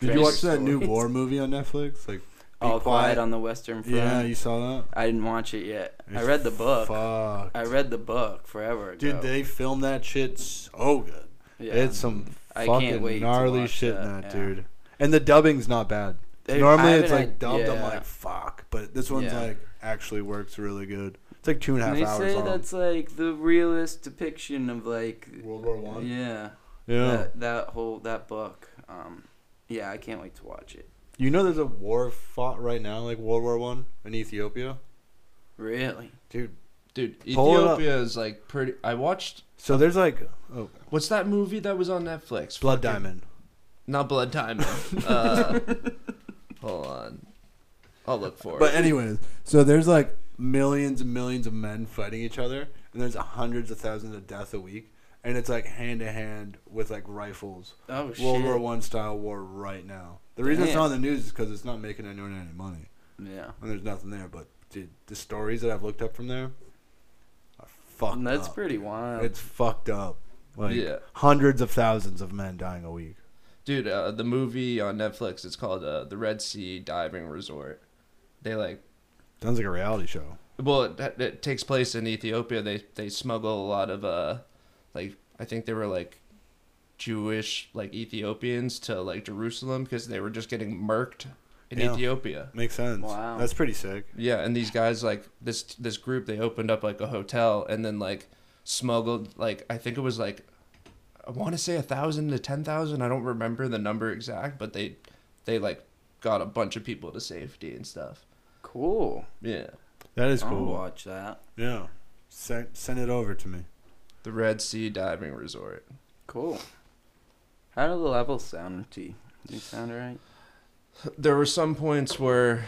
[SPEAKER 3] Treasure
[SPEAKER 2] you watch that new
[SPEAKER 3] stories.
[SPEAKER 2] war movie on Netflix? Like, Be
[SPEAKER 3] All quiet
[SPEAKER 2] Quiet.
[SPEAKER 3] on the Western Front.
[SPEAKER 2] yeah, you saw that?
[SPEAKER 3] I didn't watch it yet. I
[SPEAKER 2] It's
[SPEAKER 3] read the book.
[SPEAKER 2] Fuck.
[SPEAKER 3] I read the book forever ago.
[SPEAKER 2] Dude, they filmed that shit so good.
[SPEAKER 3] Yeah.
[SPEAKER 2] It's some
[SPEAKER 3] I
[SPEAKER 2] fucking
[SPEAKER 3] can't wait to
[SPEAKER 2] gnarly
[SPEAKER 3] watch
[SPEAKER 2] shit in
[SPEAKER 3] that,
[SPEAKER 2] that,
[SPEAKER 3] yeah.
[SPEAKER 2] dude. And the dubbing's not bad.
[SPEAKER 3] They-
[SPEAKER 2] Normally
[SPEAKER 3] I
[SPEAKER 2] it's
[SPEAKER 3] haven't
[SPEAKER 2] like
[SPEAKER 3] had-
[SPEAKER 2] dubbed. I'm
[SPEAKER 3] yeah.
[SPEAKER 2] like, fuck. But this one's
[SPEAKER 3] Yeah.
[SPEAKER 2] like actually works really good. It's like two and a half
[SPEAKER 3] And they
[SPEAKER 2] hours.
[SPEAKER 3] say
[SPEAKER 2] long.
[SPEAKER 3] that's like the realist depiction of like
[SPEAKER 2] World War One.
[SPEAKER 3] yeah,
[SPEAKER 2] Yeah.
[SPEAKER 3] That, that whole that book. Um, yeah, I can't wait to watch it.
[SPEAKER 2] You know, there's a war fought right now, like World War One in Ethiopia,
[SPEAKER 3] Really?
[SPEAKER 2] dude.
[SPEAKER 4] Dude,
[SPEAKER 2] Pull it up.
[SPEAKER 4] Ethiopia is like pretty I watched
[SPEAKER 2] So there's like, oh,
[SPEAKER 4] what's that movie that was on Netflix?
[SPEAKER 2] Blood
[SPEAKER 4] Fucking-
[SPEAKER 2] Diamond.
[SPEAKER 4] Not Blood Diamond. uh, hold on. I'll look for
[SPEAKER 2] But
[SPEAKER 4] it.
[SPEAKER 2] anyways, so there's like millions and millions of men fighting each other, and there's hundreds of thousands of deaths a week, and it's like hand to hand with like rifles,
[SPEAKER 3] Oh shit!
[SPEAKER 2] World War One style war right now. The reason it's
[SPEAKER 3] Damn.
[SPEAKER 2] not on the news is because it's not making anyone any money,
[SPEAKER 3] Yeah,
[SPEAKER 2] and there's nothing there. But dude, the stories that I've looked up from there are fucked
[SPEAKER 3] that's
[SPEAKER 2] up.
[SPEAKER 3] pretty wild.
[SPEAKER 2] It's fucked up. Like
[SPEAKER 4] Yeah.
[SPEAKER 2] hundreds of thousands of men dying a week.
[SPEAKER 4] Dude, uh, the movie on Netflix, it's called uh, The Red Sea Diving Resort. They like,
[SPEAKER 2] Sounds like a reality show.
[SPEAKER 4] well, it, it takes place in Ethiopia. They they smuggle a lot of, uh, like, I think they were like Jewish, like Ethiopians to like Jerusalem because they were just getting murked in
[SPEAKER 2] Yeah.
[SPEAKER 4] Ethiopia.
[SPEAKER 2] Makes sense.
[SPEAKER 3] Wow.
[SPEAKER 2] That's pretty sick.
[SPEAKER 4] Yeah, and these guys like this this group they opened up like a hotel and then like smuggled like I think it was like I want to say a thousand to ten thousand. I don't remember the number exact, but they they like got a bunch of people to safety and stuff.
[SPEAKER 3] cool.
[SPEAKER 4] Yeah,
[SPEAKER 2] That is
[SPEAKER 3] I'll
[SPEAKER 2] cool.
[SPEAKER 3] watch that.
[SPEAKER 2] Yeah. Send, send it over to me.
[SPEAKER 4] the Red Sea diving resort.
[SPEAKER 3] Cool. How do the levels sound, T? Do they sound right?
[SPEAKER 4] There were some points where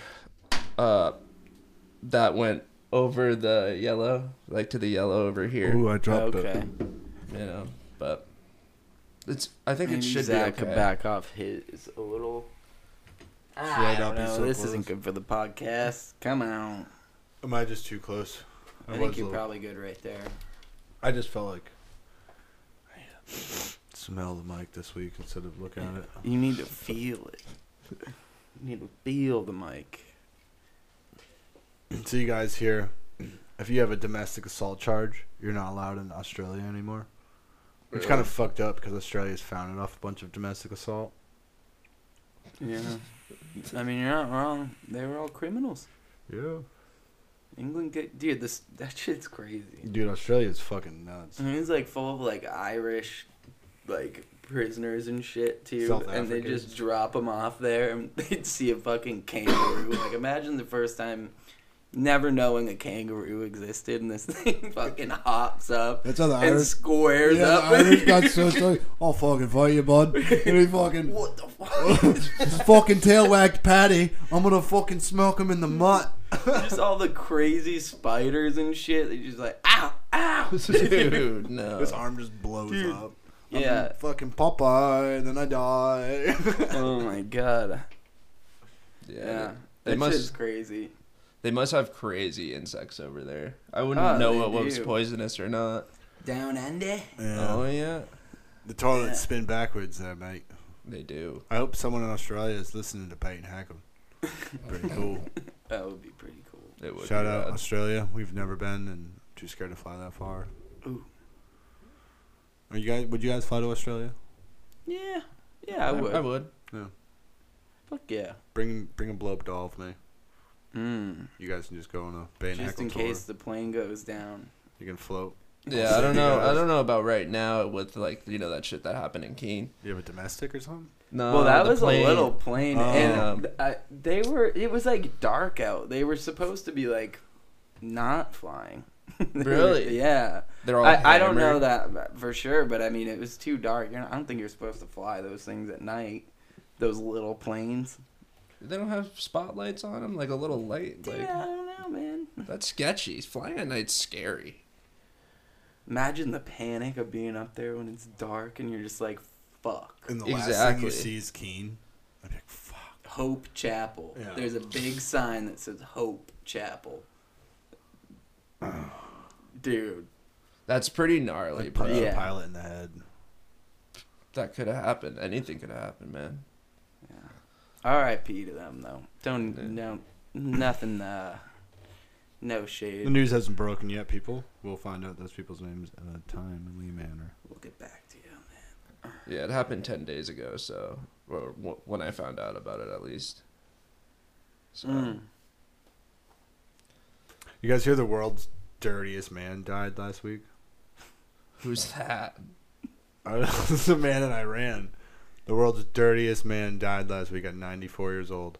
[SPEAKER 4] uh that went over the yellow, like to the yellow over here.
[SPEAKER 2] Ooh, I dropped
[SPEAKER 3] Okay.
[SPEAKER 2] it.
[SPEAKER 4] You know, but it's I think
[SPEAKER 3] Maybe
[SPEAKER 4] it should
[SPEAKER 3] Zach
[SPEAKER 4] be
[SPEAKER 3] could
[SPEAKER 4] okay.
[SPEAKER 3] back off his a little. Ah, I
[SPEAKER 2] I'd not
[SPEAKER 3] don't
[SPEAKER 2] be
[SPEAKER 3] know.
[SPEAKER 2] so
[SPEAKER 3] this
[SPEAKER 2] close.
[SPEAKER 3] isn't good for the podcast. Come on.
[SPEAKER 2] Am I just too close?
[SPEAKER 3] I,
[SPEAKER 2] was
[SPEAKER 3] think
[SPEAKER 2] a
[SPEAKER 3] you're
[SPEAKER 2] little-
[SPEAKER 3] probably good right there.
[SPEAKER 2] I just felt like I smell the mic this week instead of looking at it.
[SPEAKER 3] You need to feel it. You need to feel the mic.
[SPEAKER 2] So you guys here, if you have a domestic assault charge, you're not allowed in Australia anymore. Which kind of fucked up because Australia's founded off a bunch of domestic assault.
[SPEAKER 3] Yeah. I mean, you're not wrong. They were all criminals.
[SPEAKER 2] Yeah.
[SPEAKER 3] England, get, dude, this that shit's crazy.
[SPEAKER 2] Dude, Australia's fucking nuts.
[SPEAKER 3] I mean, it's like full of like Irish, like prisoners and shit too,
[SPEAKER 2] South
[SPEAKER 3] and they
[SPEAKER 2] Africans.
[SPEAKER 3] just drop them off there, and they'd see a fucking kangaroo. like, imagine the first time. Never knowing a kangaroo existed, and this thing fucking hops up
[SPEAKER 2] That's how the
[SPEAKER 3] and
[SPEAKER 2] Irish.
[SPEAKER 3] squares
[SPEAKER 2] yeah,
[SPEAKER 3] up.
[SPEAKER 2] the Irish got so sorry. I'll fucking fight you, bud. And he fucking
[SPEAKER 3] what the fuck?
[SPEAKER 2] This fucking tail wagged Patty. I'm gonna fucking smoke him in the mutt.
[SPEAKER 3] just all the crazy spiders and shit. They just like ow, ow.
[SPEAKER 4] Dude, no.
[SPEAKER 2] His arm just blows
[SPEAKER 3] Dude.
[SPEAKER 2] up. I'm
[SPEAKER 3] Yeah.
[SPEAKER 2] fucking Popeye, and then I die.
[SPEAKER 3] oh my god.
[SPEAKER 4] Yeah.
[SPEAKER 3] Yeah.
[SPEAKER 4] They
[SPEAKER 3] That shit's
[SPEAKER 4] must
[SPEAKER 3] crazy.
[SPEAKER 4] they must have crazy insects over there. I wouldn't
[SPEAKER 3] Oh,
[SPEAKER 4] know
[SPEAKER 3] they
[SPEAKER 4] what was
[SPEAKER 3] do.
[SPEAKER 4] poisonous or not.
[SPEAKER 3] Down under.
[SPEAKER 4] Oh yeah.
[SPEAKER 2] The toilet spin backwards there, mate.
[SPEAKER 4] They do.
[SPEAKER 2] I hope someone in Australia is listening to Peyton Hackham. Pretty cool.
[SPEAKER 3] That would be pretty cool.
[SPEAKER 4] It would
[SPEAKER 2] Shout
[SPEAKER 4] be
[SPEAKER 2] out
[SPEAKER 4] bad.
[SPEAKER 2] Australia. We've never been, and I'm too scared to fly that far.
[SPEAKER 3] Ooh.
[SPEAKER 2] Are you guys? Would you guys fly to Australia?
[SPEAKER 3] Yeah. Yeah, I would.
[SPEAKER 4] I would.
[SPEAKER 3] Fuck yeah.
[SPEAKER 2] Bring bring a blow up doll with me.
[SPEAKER 3] Mm.
[SPEAKER 2] You guys can just go on a Bay and
[SPEAKER 3] Just in
[SPEAKER 2] Hackle tour.
[SPEAKER 3] case the plane goes down.
[SPEAKER 2] You can float.
[SPEAKER 4] Yeah, I don't know. I don't know about right now with like you know that shit that happened in Keene.
[SPEAKER 2] You have a domestic or something?
[SPEAKER 4] No,
[SPEAKER 3] well, that
[SPEAKER 4] Uh, the
[SPEAKER 3] was
[SPEAKER 4] plane-
[SPEAKER 3] a little plane,
[SPEAKER 4] Um,
[SPEAKER 3] and th- I, they were. It was like dark out. They were supposed to be like not flying. They were-
[SPEAKER 4] Really?
[SPEAKER 3] yeah.
[SPEAKER 4] They're all
[SPEAKER 3] I, I don't know
[SPEAKER 4] hammered.
[SPEAKER 3] that uh, for sure, but I mean, it was too dark. You're not, I don't think you're supposed to fly those things at night. Those little planes.
[SPEAKER 4] They don't have spotlights on them, like a little light. Like
[SPEAKER 3] yeah, I don't know, man.
[SPEAKER 4] that's sketchy. Flying at night's scary.
[SPEAKER 3] Imagine the panic of being up there when it's dark and you're just like, fuck.
[SPEAKER 2] And the last thing
[SPEAKER 4] Exactly.
[SPEAKER 2] you see is Keen. I'd be like, fuck.
[SPEAKER 3] Hope Chapel.
[SPEAKER 2] Yeah.
[SPEAKER 3] There's a big sign that says Hope Chapel. Dude.
[SPEAKER 4] That's pretty gnarly,
[SPEAKER 2] Like,
[SPEAKER 4] bro.
[SPEAKER 2] punch the
[SPEAKER 3] Yeah.
[SPEAKER 2] pilot in the head.
[SPEAKER 4] That could have happened. Anything could have happened, man.
[SPEAKER 3] R.I.P. to them, though. Don't,
[SPEAKER 4] Yeah.
[SPEAKER 3] no, nothing, uh, no shade.
[SPEAKER 2] The news hasn't broken yet, people. We'll find out those people's names at a time and Lee Manor.
[SPEAKER 3] We'll get back to you.
[SPEAKER 4] Yeah, it happened ten days ago. So, or wh- when I found out about it, at least. So,
[SPEAKER 3] Mm.
[SPEAKER 2] You guys hear the world's dirtiest man died last week?
[SPEAKER 4] who's that?
[SPEAKER 2] this is a man in Iran. The world's dirtiest man died last week at 94 years old.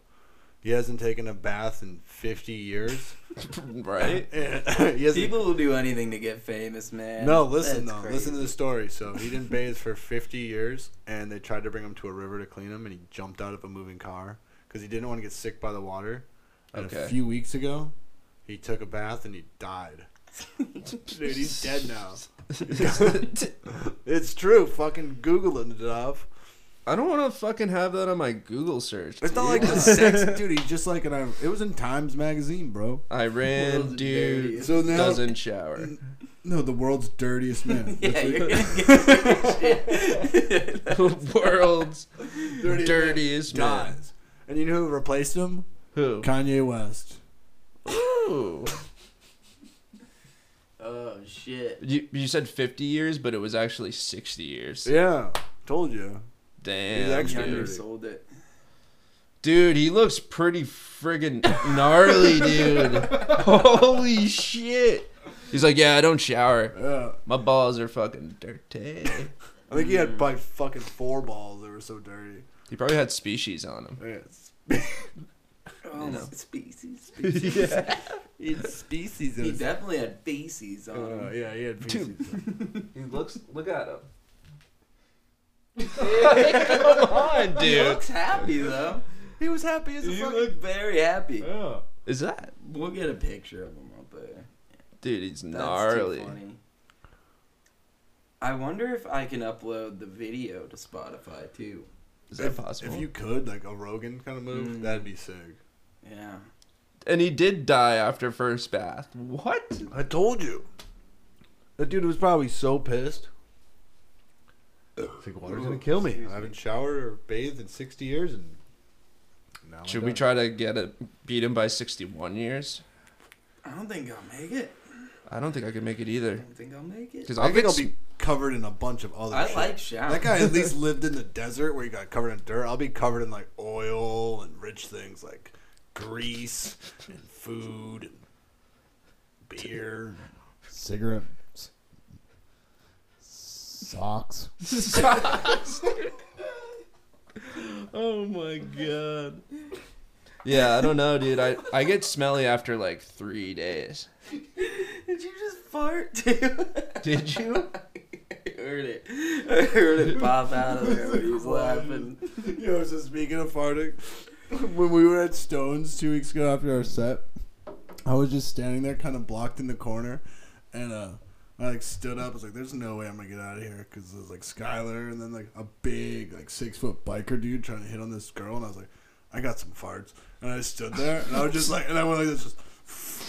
[SPEAKER 2] He hasn't taken a bath in 50 years.
[SPEAKER 4] right?
[SPEAKER 2] he hasn't-
[SPEAKER 3] People will do anything to get famous, man.
[SPEAKER 2] No, listen
[SPEAKER 3] That's
[SPEAKER 2] though. Listen to
[SPEAKER 3] crazy.
[SPEAKER 2] the story. So he didn't bathe for 50 years, and they tried to bring him to a river to clean him, and he jumped out of a moving car because he didn't want to get sick by the water. And
[SPEAKER 4] Okay.
[SPEAKER 2] a few weeks ago, he took a bath and he died. Dude, he's dead now. It's true. Fucking Google it, Dov.
[SPEAKER 4] I don't want to fucking have that on my Google search.
[SPEAKER 2] It's not like
[SPEAKER 4] dude.
[SPEAKER 2] the sex, dude. He's just like an. It was in Times Magazine, bro.
[SPEAKER 4] Iran
[SPEAKER 3] World's
[SPEAKER 4] dude
[SPEAKER 3] dirtiest.
[SPEAKER 2] So now,
[SPEAKER 4] doesn't shower.
[SPEAKER 2] no, the world's dirtiest man.
[SPEAKER 3] Yeah,
[SPEAKER 2] That's what-
[SPEAKER 3] you're gonna get
[SPEAKER 4] World's
[SPEAKER 2] man
[SPEAKER 4] dirtiest man.
[SPEAKER 2] dies. And you know who replaced him?
[SPEAKER 4] Who?
[SPEAKER 2] Kanye West.
[SPEAKER 4] Ooh.
[SPEAKER 3] Oh shit.
[SPEAKER 4] You, you said 50 years, but it was actually 60 years.
[SPEAKER 2] Yeah, told you. He's
[SPEAKER 4] Damn.
[SPEAKER 2] actually-
[SPEAKER 4] Dude.
[SPEAKER 2] dirty.
[SPEAKER 3] Sold it.
[SPEAKER 4] dude, he looks pretty friggin' gnarly, dude. Holy shit. He's like, yeah, I don't shower.
[SPEAKER 2] Yeah.
[SPEAKER 4] My balls are fucking dirty.
[SPEAKER 2] I think he had probably fucking four balls that were so dirty.
[SPEAKER 4] He probably had species on him.
[SPEAKER 2] It's,
[SPEAKER 3] Oh,
[SPEAKER 4] You know.
[SPEAKER 3] species. species.
[SPEAKER 2] species.
[SPEAKER 3] He definitely had feces on him.
[SPEAKER 2] Uh, yeah, he had
[SPEAKER 4] Dude.
[SPEAKER 2] feces.
[SPEAKER 4] He looks. Look at him. Come on,
[SPEAKER 3] He
[SPEAKER 4] dude.
[SPEAKER 3] looks happy though.
[SPEAKER 2] he was happy as a
[SPEAKER 3] He
[SPEAKER 2] fucking. Uh.
[SPEAKER 3] looked very happy.
[SPEAKER 2] yeah.
[SPEAKER 4] Is that
[SPEAKER 3] We'll get a picture of him up there.
[SPEAKER 4] dude? He's
[SPEAKER 3] That's
[SPEAKER 4] gnarly.
[SPEAKER 3] too funny. I wonder if I can upload the video to Spotify too.
[SPEAKER 4] Is that
[SPEAKER 2] If,
[SPEAKER 4] possible?
[SPEAKER 2] if you could, like a Rogan kind of move,
[SPEAKER 3] Mm.
[SPEAKER 2] that'd be sick.
[SPEAKER 3] Yeah.
[SPEAKER 4] And he did die after first bath. What?
[SPEAKER 2] I told you. That dude was probably so pissed. Like water's gonna kill me. I haven't showered or bathed in sixty years, and now
[SPEAKER 4] Should we try to get it? Beat him by sixty-one years?
[SPEAKER 3] I don't think I'll make it.
[SPEAKER 4] I don't think I could make it
[SPEAKER 3] I
[SPEAKER 4] either.
[SPEAKER 3] don't think I'll make it.
[SPEAKER 4] Because
[SPEAKER 2] I think I'll be covered in a bunch of other.
[SPEAKER 3] I
[SPEAKER 2] shit.
[SPEAKER 3] like showers.
[SPEAKER 2] That guy at least lived in the desert where he got covered in dirt. I'll be covered in like oil and rich things like grease and food and beer.
[SPEAKER 1] cigarettes, socks.
[SPEAKER 4] oh my god. Yeah, I don't know, dude. I I get smelly after like three days.
[SPEAKER 3] Did you just fart too?
[SPEAKER 4] Did you?
[SPEAKER 3] I heard it. I heard it pop out of there when he was laughing.
[SPEAKER 2] Yo, so speaking of farting, when we were at Stones two weeks ago after our set, I was just standing there kind of blocked in the corner and uh I like stood up. I was like, "There's no way I'm gonna get out of here," because there's like Skylar and then like a big like six foot biker dude trying to hit on this girl, and I was like, "I got some farts," and I stood there and I was just like, and I went like this, just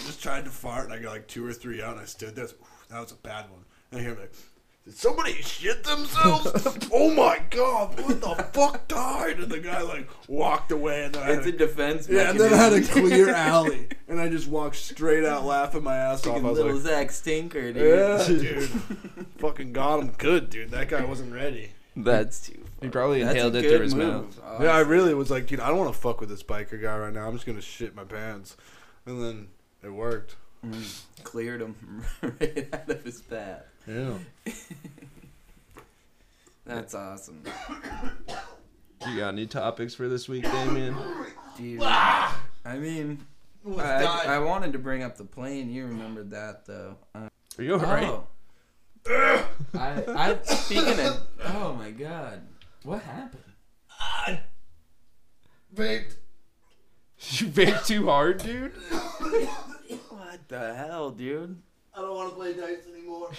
[SPEAKER 2] just tried to fart, and I got like two or three out, and I stood there. I was like, "Ooh, that was a bad one, and I hear me like. Did somebody shit themselves? oh my god! What the fuck died? And the guy like walked away, and then I had
[SPEAKER 3] It's a defense
[SPEAKER 2] yeah, and then I had a
[SPEAKER 3] mechanism.
[SPEAKER 2] clear alley, and I just walked straight out laughing my ass off. I was
[SPEAKER 3] little
[SPEAKER 2] like,
[SPEAKER 3] Zach Stinker, dude.
[SPEAKER 2] "Yeah, dude, fucking got him good, dude. That guy wasn't ready."
[SPEAKER 3] That's too
[SPEAKER 4] He probably
[SPEAKER 3] That's a
[SPEAKER 4] inhaled it
[SPEAKER 3] good
[SPEAKER 4] through his mouth.
[SPEAKER 3] move, Oh,
[SPEAKER 2] Yeah, I
[SPEAKER 3] honestly.
[SPEAKER 2] really was like, dude, I don't want to fuck with this biker guy right now. I'm just gonna shit my pants, and then it worked.
[SPEAKER 3] Mm, cleared him right out of his path.
[SPEAKER 2] Yeah.
[SPEAKER 3] That's awesome.
[SPEAKER 4] You got any topics for this week, Damien?
[SPEAKER 3] Dude.
[SPEAKER 2] Ah!
[SPEAKER 3] I mean, I, I wanted to bring up the plane. You remembered that, though. Uh,
[SPEAKER 4] Are you alright?
[SPEAKER 3] Oh. I, I, speaking of. Oh, my God. What happened?
[SPEAKER 4] You baked too hard, dude?
[SPEAKER 3] What the hell, dude?
[SPEAKER 2] I don't want to play dice anymore.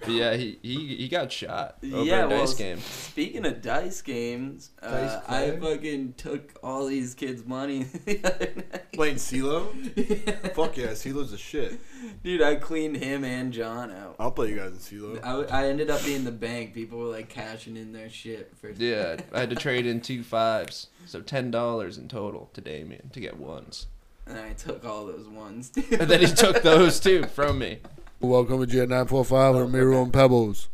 [SPEAKER 4] But yeah, he, he he got shot over
[SPEAKER 3] Yeah,
[SPEAKER 4] a
[SPEAKER 3] well,
[SPEAKER 4] dice
[SPEAKER 3] s-
[SPEAKER 4] game.
[SPEAKER 3] Speaking of dice games, uh,
[SPEAKER 2] Dice
[SPEAKER 3] I
[SPEAKER 2] play?
[SPEAKER 3] fucking took all these kids' money the other
[SPEAKER 2] Playing CeeLo?
[SPEAKER 3] night.
[SPEAKER 2] Fuck yeah, CeeLo's a shit.
[SPEAKER 3] Dude, I cleaned him and John out.
[SPEAKER 2] I'll play you guys in CeeLo.
[SPEAKER 3] I, I ended up being the bank. People were like cashing in their shit for
[SPEAKER 4] Yeah, I had to trade in two fives, so ten dollars in total to Damien to get ones.
[SPEAKER 3] and I took all those ones. Dude.
[SPEAKER 4] And then he took those too from me.
[SPEAKER 2] Welcome to Jet 945 and Miro and Pebbles.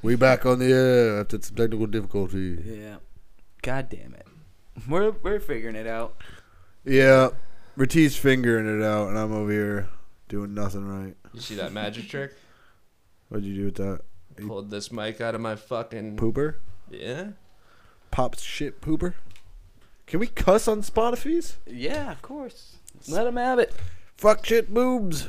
[SPEAKER 2] We back on the air after some technical difficulty.
[SPEAKER 3] yeah. God damn it. We're we're figuring it out.
[SPEAKER 2] Yeah, Reti's fingering it out, and I'm over here doing nothing right.
[SPEAKER 4] You see that magic trick?
[SPEAKER 2] What'd you do with that?
[SPEAKER 4] Pulled this mic out of my fucking
[SPEAKER 2] Pooper?
[SPEAKER 4] yeah.
[SPEAKER 2] Pop shit pooper? Can we cuss on Spotify's?
[SPEAKER 3] Yeah, of course. Let him have it.
[SPEAKER 2] Fuck shit boobs.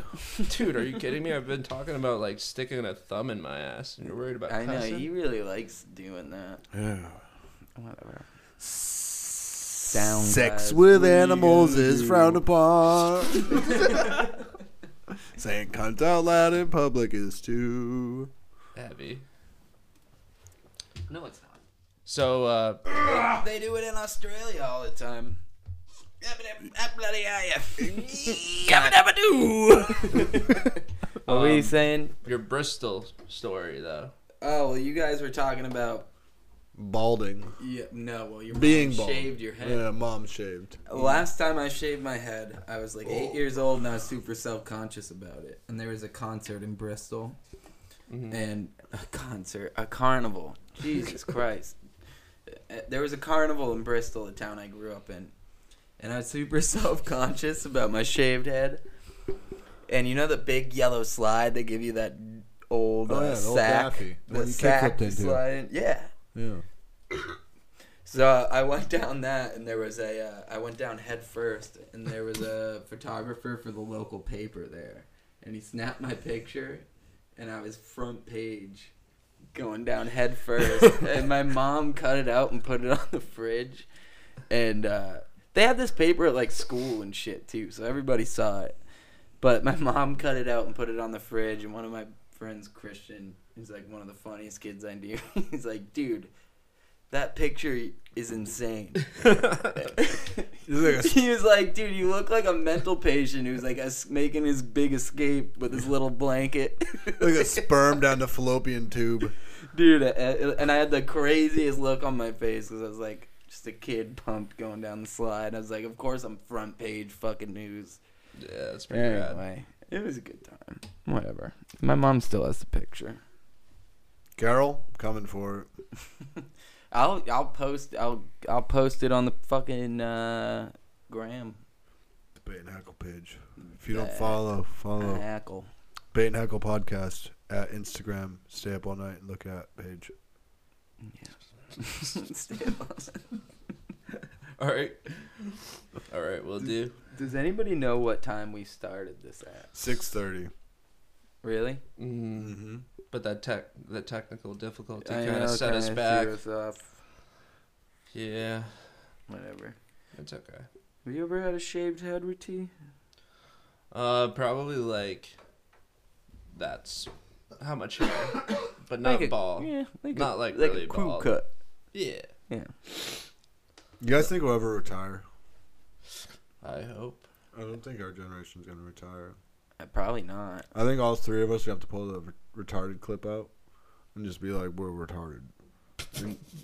[SPEAKER 4] Dude, are you kidding me? I've been talking about like sticking a thumb in my ass, and you're worried about.
[SPEAKER 3] I know
[SPEAKER 4] cussing?
[SPEAKER 3] he really likes doing that.
[SPEAKER 2] Yeah.
[SPEAKER 3] Whatever.
[SPEAKER 2] Sex
[SPEAKER 3] guys.
[SPEAKER 2] with animals is frowned upon. Saying cunt out loud in public is too.
[SPEAKER 4] heavy. No, it's not. So uh,
[SPEAKER 3] Ah, They do it in Australia all the time. Bloody What were you
[SPEAKER 4] Um,
[SPEAKER 3] saying?
[SPEAKER 4] your Bristol story though.
[SPEAKER 3] Oh, well, you guys were talking about
[SPEAKER 2] Balding.
[SPEAKER 3] yeah, no. Well, your
[SPEAKER 2] Being
[SPEAKER 3] mom
[SPEAKER 2] bald.
[SPEAKER 3] shaved your head.
[SPEAKER 2] Yeah, Oh. mom shaved.
[SPEAKER 3] Last time I shaved my head, I was like eight years old and I was super self conscious about it. And there was a concert in Bristol.
[SPEAKER 2] Mm-hmm.
[SPEAKER 3] And a concert, a carnival. Jesus Christ. Uh, There was a carnival in Bristol, the town I grew up in. And I was super self conscious about my shaved head. And you know the big yellow slide they give you that old
[SPEAKER 2] Oh,
[SPEAKER 3] uh,
[SPEAKER 2] yeah, the old
[SPEAKER 3] sack?
[SPEAKER 2] daffy. The
[SPEAKER 3] the
[SPEAKER 2] one you
[SPEAKER 3] sack
[SPEAKER 2] kickflipped
[SPEAKER 3] you
[SPEAKER 2] into.
[SPEAKER 3] slide in- Yeah.
[SPEAKER 2] Yeah.
[SPEAKER 3] So I went down that, and there was a. Uh, I went down head first, and there was a photographer for the local paper there, and he snapped my picture, and I was front page, going down head first, and my mom cut it out and put it on the fridge, and uh, they had this paper at like school and shit too, so everybody saw it, but my mom cut it out and put it on the fridge, and one of my friends, Christian, he's like one of the funniest kids I knew. he's like, dude that picture is insane. he was like, dude, you look like a mental patient who's like es- making his big escape with his little blanket.
[SPEAKER 2] Like a sperm down the fallopian tube.
[SPEAKER 3] dude, uh, uh, and I had the craziest look on my face because I was like, just a kid pumped going down the slide. I was like, of course I'm front page fucking news.
[SPEAKER 4] Yeah, that's pretty rad.
[SPEAKER 3] Anyway, it was a good time. Whatever. My mom still has the picture.
[SPEAKER 2] Carol, coming for it.
[SPEAKER 3] I'll I'll post I'll I'll post it on the fucking uh, gram.
[SPEAKER 2] The Bait and Heckle page. If you don't
[SPEAKER 3] Yeah. Uh-huh.
[SPEAKER 2] follow,
[SPEAKER 3] Oh.
[SPEAKER 2] follow.
[SPEAKER 3] Hackle.
[SPEAKER 2] Bait and Heckle podcast at Instagram. Stay up all night and look at page.
[SPEAKER 4] All right, all right, we'll do.
[SPEAKER 3] Does anybody know what time we started this at?
[SPEAKER 2] 6.30.
[SPEAKER 3] Really?
[SPEAKER 4] Mm,
[SPEAKER 2] Mm-hmm.
[SPEAKER 4] but that tech, the technical difficulty kind of set us back. Yeah,
[SPEAKER 3] Whatever.
[SPEAKER 4] it's okay.
[SPEAKER 3] Have you ever had a shaved head routine?
[SPEAKER 4] Uh, probably like that's how much hair, but
[SPEAKER 3] Like
[SPEAKER 4] not
[SPEAKER 3] a-
[SPEAKER 4] ball.
[SPEAKER 3] Yeah, like
[SPEAKER 4] Not
[SPEAKER 3] a,
[SPEAKER 4] like
[SPEAKER 3] like
[SPEAKER 4] really
[SPEAKER 3] a crew
[SPEAKER 4] bald.
[SPEAKER 3] cut.
[SPEAKER 4] Yeah,
[SPEAKER 3] Yeah.
[SPEAKER 2] You guys think we'll ever retire?
[SPEAKER 4] I hope.
[SPEAKER 2] I don't think our generation's going to retire.
[SPEAKER 3] Uh, Probably not.
[SPEAKER 2] I think all three of us we have to pull the re- retarded clip out and just be like, we're retarded.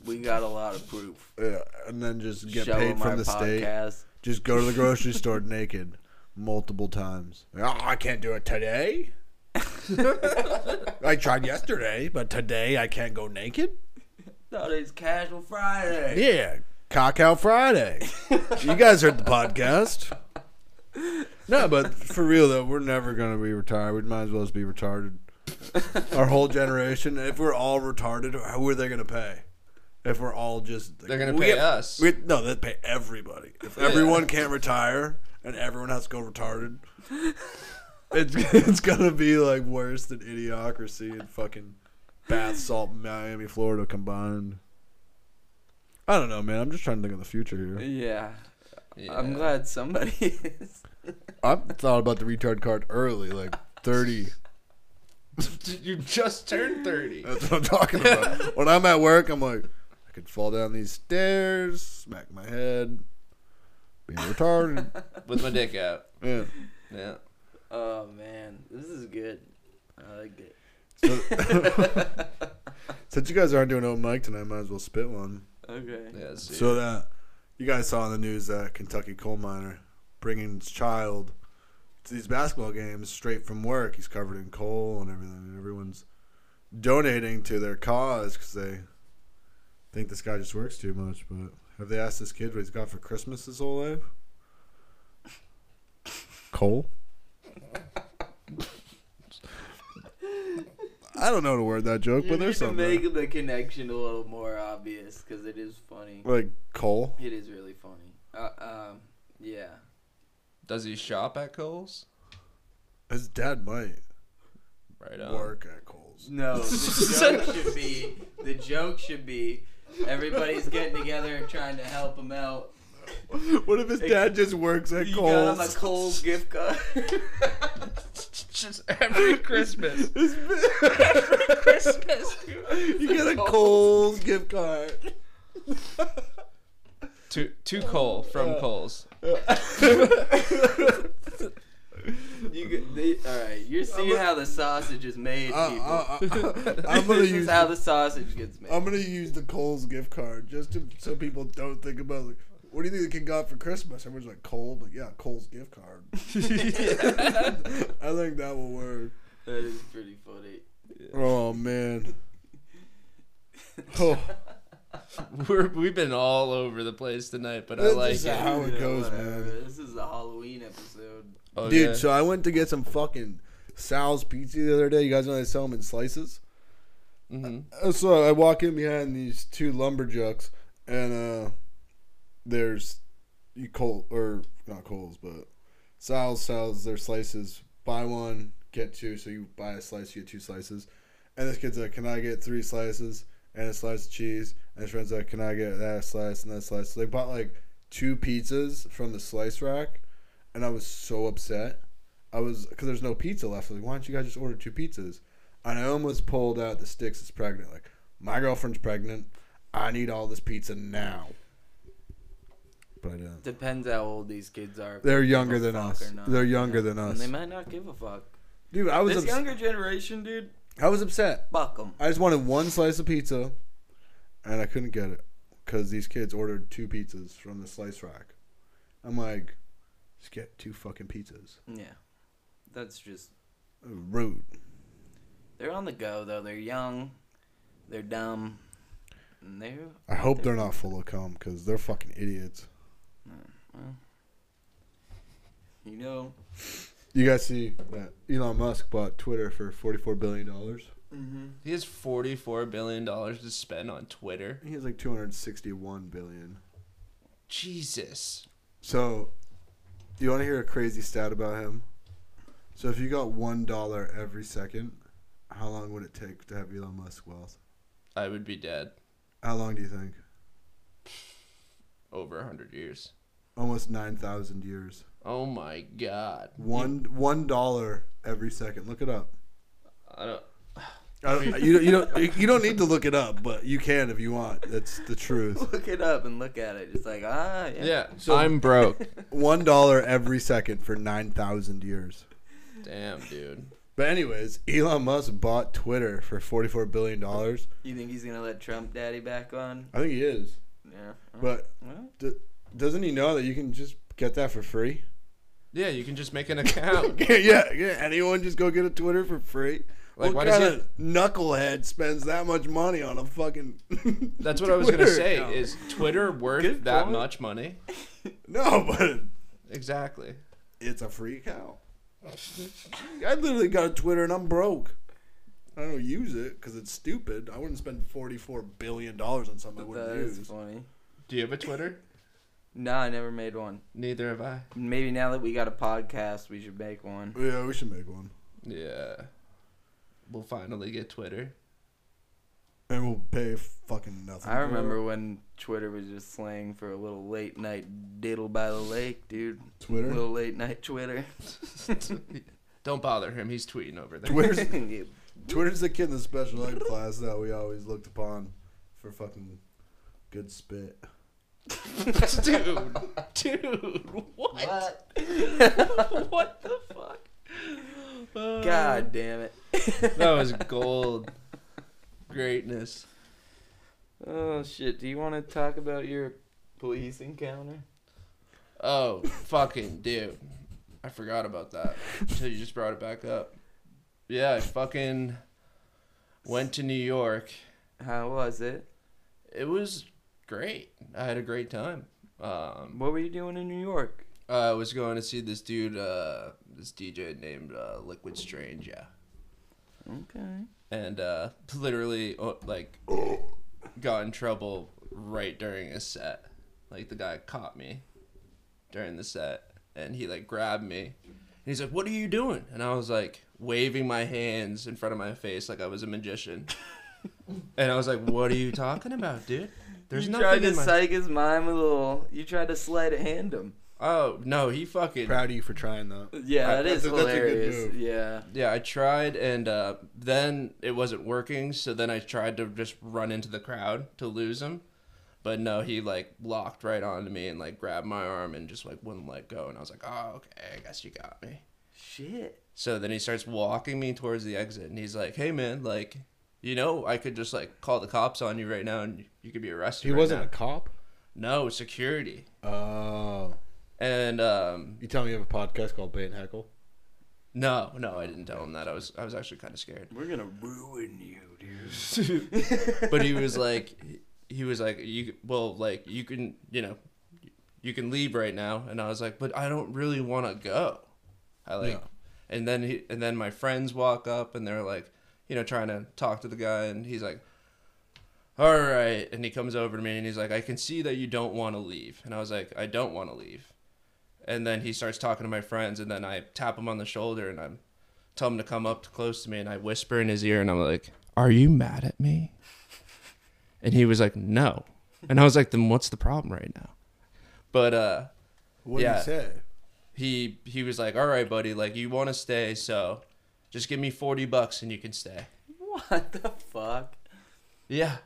[SPEAKER 3] We got a lot of proof.
[SPEAKER 2] Yeah, and then just get
[SPEAKER 3] Show
[SPEAKER 2] paid
[SPEAKER 3] 'em our
[SPEAKER 2] from the state.
[SPEAKER 3] podcast.
[SPEAKER 2] Just go to the grocery store naked multiple times. Oh, I can't do it today. I tried yesterday, but today I can't go naked.
[SPEAKER 3] Thought it's casual Friday.
[SPEAKER 2] Yeah, Cock Out Friday. you guys heard the podcast. No, but for real though, we're never gonna be retired. We might as well just be retarded. Our whole generation. If we're all retarded, who are they gonna pay? If we're all just
[SPEAKER 4] They're gonna
[SPEAKER 2] we
[SPEAKER 4] pay us.
[SPEAKER 2] we- no, they pay everybody. If everyone can't retire and everyone has to go retarded, it's it's gonna be like worse than idiocracy and fucking bath salt Miami, Florida combined. I don't know, man. I'm just trying to think of the future here.
[SPEAKER 3] Yeah.
[SPEAKER 4] Yeah.
[SPEAKER 3] I'm glad somebody is.
[SPEAKER 2] I thought about the retard card early, like 30.
[SPEAKER 4] you just turned 30.
[SPEAKER 2] That's what I'm talking about. when I'm at work, I'm like, I could fall down these stairs, smack my head, be retarded.
[SPEAKER 4] with my dick out.
[SPEAKER 2] Yeah.
[SPEAKER 4] Yeah.
[SPEAKER 3] Oh man, this is good. I like it.
[SPEAKER 2] So, since you guys aren't doing open mic tonight, I might as well spit one.
[SPEAKER 3] Okay.
[SPEAKER 4] Yeah. see.
[SPEAKER 2] So that you guys saw in the news that Kentucky coal miner bringing his child to these basketball games straight from work. He's covered in coal and everything, and everyone's donating to their cause because they think this guy just works too much. But have they asked this kid what he's got for Christmas his whole life? Coal. I don't know how to word that joke,
[SPEAKER 3] You
[SPEAKER 2] but
[SPEAKER 3] need
[SPEAKER 2] there's
[SPEAKER 3] to
[SPEAKER 2] something
[SPEAKER 3] make the connection a little more obvious because it is funny.
[SPEAKER 2] like coal.
[SPEAKER 3] It is really funny. Uh, um, yeah.
[SPEAKER 4] Does he shop at Kohl's?
[SPEAKER 2] His dad might.
[SPEAKER 4] Right on.
[SPEAKER 2] work at Coles.
[SPEAKER 3] No, the joke should be the joke should be everybody's getting together and trying to help him out.
[SPEAKER 2] What if his dad just works at
[SPEAKER 3] You got him a
[SPEAKER 2] Coles?
[SPEAKER 3] Kohl's gift card.
[SPEAKER 4] Just every Christmas.
[SPEAKER 2] You get a Coles gift card.
[SPEAKER 4] to to Cole from Cole's.
[SPEAKER 3] you get, they, all right, you're seeing how the sausage is made,
[SPEAKER 2] Uh,
[SPEAKER 3] people.
[SPEAKER 2] uh, uh, I'm gonna
[SPEAKER 3] this
[SPEAKER 2] use. um,
[SPEAKER 3] is how the sausage gets made.
[SPEAKER 2] I'm gonna use the Coles gift card just to so people don't think about like, what do you think the kid got for Christmas? Everyone's like Cole, but yeah, Coles gift card. I think that will work.
[SPEAKER 3] That is pretty funny.
[SPEAKER 2] Oh man. Oh,
[SPEAKER 4] We're, we've been all over the place tonight, but I
[SPEAKER 2] This
[SPEAKER 4] like
[SPEAKER 2] is
[SPEAKER 4] it.
[SPEAKER 2] how it
[SPEAKER 3] Yeah,
[SPEAKER 2] goes,
[SPEAKER 3] whatever.
[SPEAKER 2] man.
[SPEAKER 3] This is the Halloween episode.
[SPEAKER 4] Oh,
[SPEAKER 2] Dude,
[SPEAKER 4] yeah.
[SPEAKER 2] so I went to get some fucking Sal's pizza the other day. You guys know they sell them in slices.
[SPEAKER 4] Mhm.
[SPEAKER 2] Uh, So I walk in behind these two lumberjacks, and uh, there's you Cole or not Cole's, but Sal's sells their slices. Buy one, get two. So you buy a slice, you get two slices. And this kid's like, "Can I get three slices and a slice of cheese?" And his friend's like, "Can I get that slice and that slice?" So they bought like two pizzas from the slice rack, and I was so upset. I was because there's no pizza left. I was like, why don't you guys just order two pizzas? And I almost pulled out the sticks. Is pregnant. Like my girlfriend's pregnant. I need all this pizza now. But uh,
[SPEAKER 3] Depends how old these kids are. if
[SPEAKER 2] they're
[SPEAKER 3] they give
[SPEAKER 2] younger
[SPEAKER 3] a
[SPEAKER 2] than
[SPEAKER 3] fuck
[SPEAKER 2] us.
[SPEAKER 3] or not.
[SPEAKER 2] They're younger than
[SPEAKER 3] And
[SPEAKER 2] us.
[SPEAKER 3] they might not give a fuck.
[SPEAKER 2] Dude, I was
[SPEAKER 3] This
[SPEAKER 2] ups-
[SPEAKER 3] younger generation, dude,
[SPEAKER 2] I was upset.
[SPEAKER 3] fuck them.
[SPEAKER 2] I just wanted one slice of pizza, and I couldn't get it because these kids ordered two pizzas from the slice rack. I'm like, just get two fucking pizzas.
[SPEAKER 3] Yeah. That's just.
[SPEAKER 2] Rude.
[SPEAKER 3] They're on the go, though. They're young. They're dumb. And they're.
[SPEAKER 2] I hope they're not full of cum because they're fucking idiots.
[SPEAKER 3] You know.
[SPEAKER 2] You guys see that Elon Musk bought Twitter for forty-four billion dollars.
[SPEAKER 3] Mm-hmm.
[SPEAKER 4] He has forty-four billion dollars to spend on Twitter.
[SPEAKER 2] He has like two hundred sixty-one billion.
[SPEAKER 4] Jesus.
[SPEAKER 2] So, you want to hear a crazy stat about him? So, if you got one dollar every second, how long would it take to have Elon Musk wealth?
[SPEAKER 4] I would be dead
[SPEAKER 2] How long do you think?
[SPEAKER 4] over a hundred years.
[SPEAKER 2] Almost nine thousand years.
[SPEAKER 4] Oh my God.
[SPEAKER 2] One one dollar every second. Look it up.
[SPEAKER 4] I don't.
[SPEAKER 2] I don't, you don't- you don't you don't need to look it up, but you can if you want. That's the truth.
[SPEAKER 3] Look it up and look at it. It's like, ah, yeah.
[SPEAKER 4] Yeah.
[SPEAKER 2] So-
[SPEAKER 4] I'm broke.
[SPEAKER 2] One dollar every second for nine thousand years.
[SPEAKER 4] Damn, dude.
[SPEAKER 2] But anyways, Elon Musk bought Twitter for forty-four billion dollars.
[SPEAKER 3] You think he's going to let Trump Daddy back on?
[SPEAKER 2] I think he is.
[SPEAKER 3] Yeah. Uh,
[SPEAKER 2] But
[SPEAKER 3] Well,
[SPEAKER 2] d- doesn't he know that you can just get that for free?
[SPEAKER 4] Yeah, you can just make an account.
[SPEAKER 2] yeah, yeah. Anyone just go get a Twitter for free.
[SPEAKER 4] Like, why
[SPEAKER 2] what
[SPEAKER 4] does
[SPEAKER 2] kind
[SPEAKER 4] he?
[SPEAKER 2] of knucklehead spends that much money on a fucking?
[SPEAKER 4] That's what I was gonna
[SPEAKER 2] Twitter
[SPEAKER 4] say.
[SPEAKER 2] account?
[SPEAKER 4] Is Twitter worth
[SPEAKER 5] Good
[SPEAKER 4] that
[SPEAKER 5] point.
[SPEAKER 4] much money?
[SPEAKER 2] no, but
[SPEAKER 4] Exactly.
[SPEAKER 2] it's a free account. I literally got a Twitter and I'm broke. I don't use it because it's stupid. I wouldn't spend forty-four billion dollars on something I
[SPEAKER 3] That
[SPEAKER 2] wouldn't
[SPEAKER 3] is
[SPEAKER 2] use.
[SPEAKER 3] funny.
[SPEAKER 4] Do you have a Twitter?
[SPEAKER 3] No, I never made one.
[SPEAKER 4] Neither have I.
[SPEAKER 3] Maybe now that we got a podcast, we should make one.
[SPEAKER 2] Yeah, we should make one,
[SPEAKER 4] Yeah. We'll finally get Twitter.
[SPEAKER 2] and we'll pay fucking nothing.
[SPEAKER 3] I remember when Twitter was just slang for a little late night diddle by the lake, dude.
[SPEAKER 2] Twitter.
[SPEAKER 3] Little late night Twitter.
[SPEAKER 4] Don't bother him. He's tweeting over there.
[SPEAKER 2] Twitter's
[SPEAKER 3] Yeah.
[SPEAKER 2] Twitter's the kid in the special ed class that we always looked upon for fucking good spit.
[SPEAKER 4] dude, dude, what?
[SPEAKER 3] what?
[SPEAKER 4] What the fuck?
[SPEAKER 3] God damn it.
[SPEAKER 4] That was gold. Greatness.
[SPEAKER 3] Oh shit. Do you want to talk about your police encounter?
[SPEAKER 4] Oh, fucking dude. I forgot about that until you just brought it back up. Yeah, I fucking went to New York.
[SPEAKER 3] How was it?
[SPEAKER 4] It was great. I had a great time. Um,
[SPEAKER 3] What were you doing in New York?
[SPEAKER 4] I was going to see this dude, uh, this DJ named uh, Liquid Strange, yeah.
[SPEAKER 3] Okay.
[SPEAKER 4] And uh, literally, uh, like, got in trouble right during a set. Like, the guy caught me during the set, and he, like, grabbed me. And he's like, What are you doing? And I was like, waving my hands in front of my face like I was a magician. and I was like, What are you talking about, dude? There's
[SPEAKER 3] you tried
[SPEAKER 4] nothing
[SPEAKER 3] to
[SPEAKER 4] in my.
[SPEAKER 3] psych his mind with a little. You tried to sleight of hand him.
[SPEAKER 4] oh, no, he fucking.
[SPEAKER 2] Proud of you for trying that.
[SPEAKER 3] Yeah,
[SPEAKER 2] That-
[SPEAKER 3] that is
[SPEAKER 2] that's a- that's a good
[SPEAKER 3] hilarious.
[SPEAKER 2] move.
[SPEAKER 3] Yeah.
[SPEAKER 4] Yeah, I tried, and uh, then it wasn't working. So then I tried to just run into the crowd to lose him, but no, he like locked right onto me and like grabbed my arm and just like wouldn't let go. And I was like, "Oh, okay, I guess you got me."
[SPEAKER 3] Shit.
[SPEAKER 4] So then he starts walking me towards the exit, and he's like, "Hey, man, like, you know, I could just like call the cops on you right now, and you could be arrested."
[SPEAKER 2] He
[SPEAKER 4] right
[SPEAKER 2] wasn't
[SPEAKER 4] now."
[SPEAKER 2] a cop.
[SPEAKER 4] no security,
[SPEAKER 2] Oh,
[SPEAKER 4] and um,
[SPEAKER 2] you tell me you have a podcast called Bait and Heckle.
[SPEAKER 4] no, no, I didn't tell him that. I was I was actually kind of scared.
[SPEAKER 3] We're gonna ruin you, dude.
[SPEAKER 4] but he was like he was like you well like you can you know you can leave right now and i was like but i don't really want to go i like
[SPEAKER 2] No.
[SPEAKER 4] and then he and then my friends walk up and they're like you know trying to talk to the guy and he's like all right and he comes over to me and he's like i can see that you don't want to leave and i was like i don't want to leave and then he starts talking to my friends and then i tap him on the shoulder and i tell him to come up close to me and i whisper in his ear and i'm like are you mad at me and he was like, no. And I was like, then what's the problem right now? But uh,
[SPEAKER 2] What did
[SPEAKER 4] Yeah.
[SPEAKER 2] he say?
[SPEAKER 4] he he was like, all right, buddy, like you want to stay, so just give me forty bucks and you can stay.
[SPEAKER 3] What the fuck?
[SPEAKER 4] Yeah,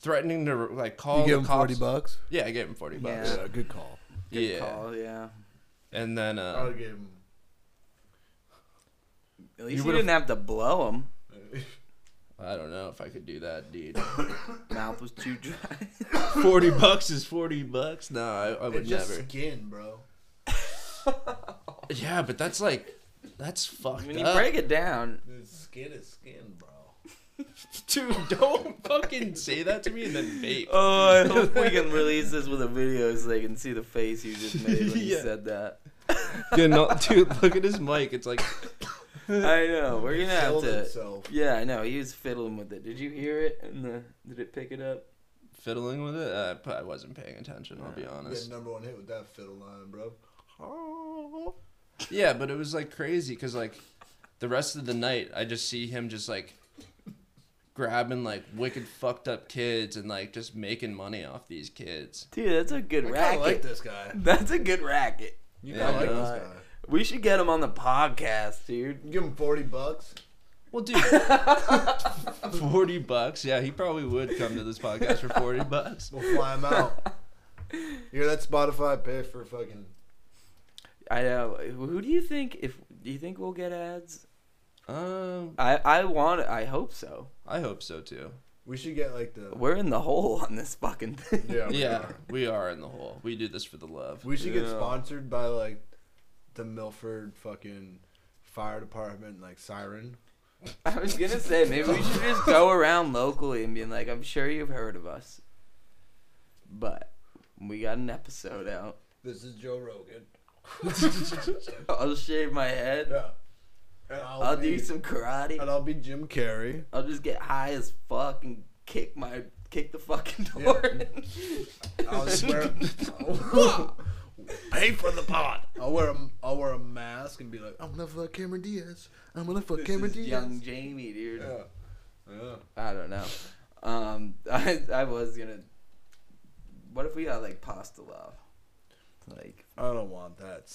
[SPEAKER 4] threatening to like call
[SPEAKER 2] You give
[SPEAKER 4] the
[SPEAKER 2] him
[SPEAKER 4] cops.
[SPEAKER 2] forty bucks.
[SPEAKER 4] Yeah, I gave him forty bucks.
[SPEAKER 3] Yeah.
[SPEAKER 2] Yeah, good call.
[SPEAKER 3] Good
[SPEAKER 4] yeah,
[SPEAKER 3] call, yeah.
[SPEAKER 4] and then
[SPEAKER 2] I
[SPEAKER 4] uh,
[SPEAKER 2] would give him.
[SPEAKER 3] At least you,
[SPEAKER 4] would've-
[SPEAKER 3] didn't have to blow him.
[SPEAKER 4] I don't know if I could do that, dude.
[SPEAKER 3] Mouth was too dry.
[SPEAKER 4] forty bucks is forty bucks. No, I, I would never.
[SPEAKER 2] skin, bro.
[SPEAKER 4] Yeah, but that's like. That's fucked
[SPEAKER 3] when you
[SPEAKER 4] up.
[SPEAKER 3] break it down,
[SPEAKER 2] skin is skin, bro.
[SPEAKER 4] Dude, don't fucking say that to me and then vape.
[SPEAKER 3] oh, I hope we can release this with a video so they can see the face you just made when you
[SPEAKER 4] Yeah.
[SPEAKER 3] said that.
[SPEAKER 4] Dude, no- dude, look at his mic. It's like
[SPEAKER 3] I know. We're gonna have to.
[SPEAKER 2] itself.
[SPEAKER 3] Yeah, I know. He was fiddling with it. Did you hear it? And the did it pick it up?
[SPEAKER 4] fiddling with it. Uh, but I wasn't paying attention. I'll be honest.
[SPEAKER 2] number one hit with that fiddle line, bro.
[SPEAKER 4] Yeah, but it was like crazy because like the rest of the night, I just see him just like grabbing like wicked fucked up kids and like just making money off these kids.
[SPEAKER 3] Dude, that's a good
[SPEAKER 2] I kind
[SPEAKER 3] racket.
[SPEAKER 2] of like this guy.
[SPEAKER 3] That's a good racket.
[SPEAKER 2] You
[SPEAKER 4] Yeah,
[SPEAKER 2] gotta like
[SPEAKER 3] uh,
[SPEAKER 2] this guy.
[SPEAKER 3] We should get him on the podcast, dude.
[SPEAKER 2] You give him forty bucks.
[SPEAKER 4] Well, dude, forty bucks. Yeah, he probably would come to this podcast for forty bucks.
[SPEAKER 2] We'll fly him out. you hear that Spotify pay for fucking?
[SPEAKER 3] I know. Who do you think? If do you think we'll get ads?
[SPEAKER 4] Um,
[SPEAKER 3] I I want. I hope so.
[SPEAKER 4] I hope so too.
[SPEAKER 2] We should get like the.
[SPEAKER 3] We're in the hole on this fucking thing.
[SPEAKER 2] Yeah. we
[SPEAKER 4] Yeah,
[SPEAKER 2] are.
[SPEAKER 4] we are in the hole. We do this for the love.
[SPEAKER 2] We should get
[SPEAKER 3] Yeah.
[SPEAKER 2] sponsored by like the Milford fucking fire department, like siren.
[SPEAKER 3] I was gonna say maybe we should just go around locally and be like, I'm sure you've heard of us, but we got an episode out.
[SPEAKER 2] This is Joe Rogan.
[SPEAKER 3] I'll shave my head.
[SPEAKER 2] Yeah. And I'll,
[SPEAKER 3] I'll
[SPEAKER 2] be,
[SPEAKER 3] do some karate.
[SPEAKER 2] And I'll be Jim Carrey.
[SPEAKER 3] I'll just get high as fuck and kick my kick the fucking door. in.
[SPEAKER 2] I'll swear. Pay for the pot. I'll wear a I'll wear a mask and be like, I'm gonna fuck Cameron Diaz. I'm gonna fuck
[SPEAKER 3] This
[SPEAKER 2] Cameron
[SPEAKER 3] is
[SPEAKER 2] Diaz.
[SPEAKER 3] young Jamie, dude.
[SPEAKER 2] Yeah. Yeah.
[SPEAKER 3] I don't know. Um, I I was gonna. What if we got like pasta love? Like
[SPEAKER 2] I don't want that.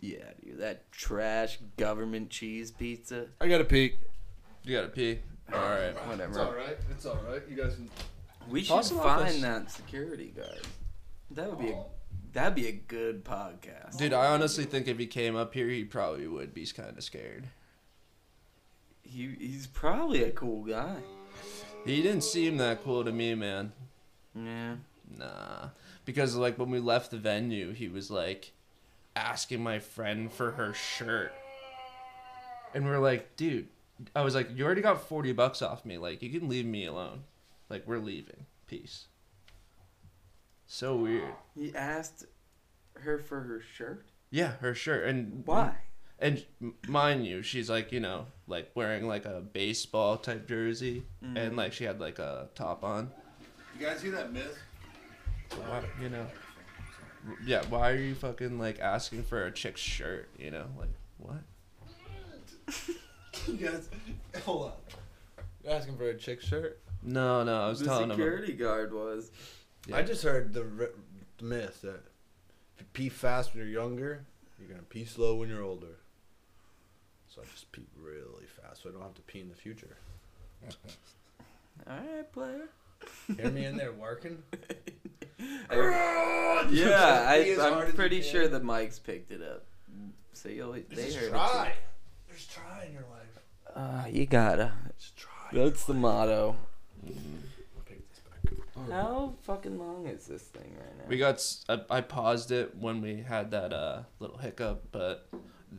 [SPEAKER 3] yeah, dude, that trash government cheese pizza.
[SPEAKER 2] I gotta peek.
[SPEAKER 4] You gotta pee. All right.
[SPEAKER 3] Whatever.
[SPEAKER 2] right. It's all right. You guys. Can...
[SPEAKER 3] We should
[SPEAKER 4] Possum
[SPEAKER 3] find
[SPEAKER 4] office.
[SPEAKER 3] that security guard. That would be a that'd be a good podcast.
[SPEAKER 4] Dude, I honestly think if he came up here, he probably would be kind of scared.
[SPEAKER 3] He he's probably a cool guy.
[SPEAKER 4] He didn't seem that cool to me, man.
[SPEAKER 3] Yeah.
[SPEAKER 4] Nah. Because, like, when we left the venue, he was, like, asking my friend for her shirt. And we are like, dude, I was like, you already got 40 bucks off me. Like, you can leave me alone. Like, we're leaving. Peace. So weird.
[SPEAKER 3] He asked her for her shirt.
[SPEAKER 4] Yeah, her shirt. And
[SPEAKER 3] Why?
[SPEAKER 4] and m- mind you, she's like you know like wearing like a baseball type jersey,
[SPEAKER 3] Mm-hmm.
[SPEAKER 4] and like she had like a top on.
[SPEAKER 2] You guys hear that myth?
[SPEAKER 4] So why, you know, yeah. Why are you fucking like asking for a chick's shirt? You know, like what?
[SPEAKER 2] You guys. Hold on. You're asking for a chick shirt.
[SPEAKER 4] No, no. I was telling
[SPEAKER 3] the
[SPEAKER 4] him.
[SPEAKER 3] security guard was.
[SPEAKER 4] Yeah.
[SPEAKER 2] I just heard the, r- the myth that if you pee fast when you're younger, you're gonna pee slow when you're older. So I just pee really fast, so I don't have to pee in the future.
[SPEAKER 3] Alright, player.
[SPEAKER 2] Hear me in there working?
[SPEAKER 3] yeah, I,
[SPEAKER 2] Be as hard as
[SPEAKER 3] I'm
[SPEAKER 2] you
[SPEAKER 3] pretty
[SPEAKER 2] can.
[SPEAKER 3] sure the mics picked it up. So you'll they heard it.
[SPEAKER 2] There's try in your life.
[SPEAKER 3] too. Uh, you gotta.
[SPEAKER 2] Just try.
[SPEAKER 3] That's the motto.
[SPEAKER 2] Pick this back up.
[SPEAKER 3] How fucking long is this thing right now?
[SPEAKER 4] We got. s- I, I paused it when we had that uh little hiccup, but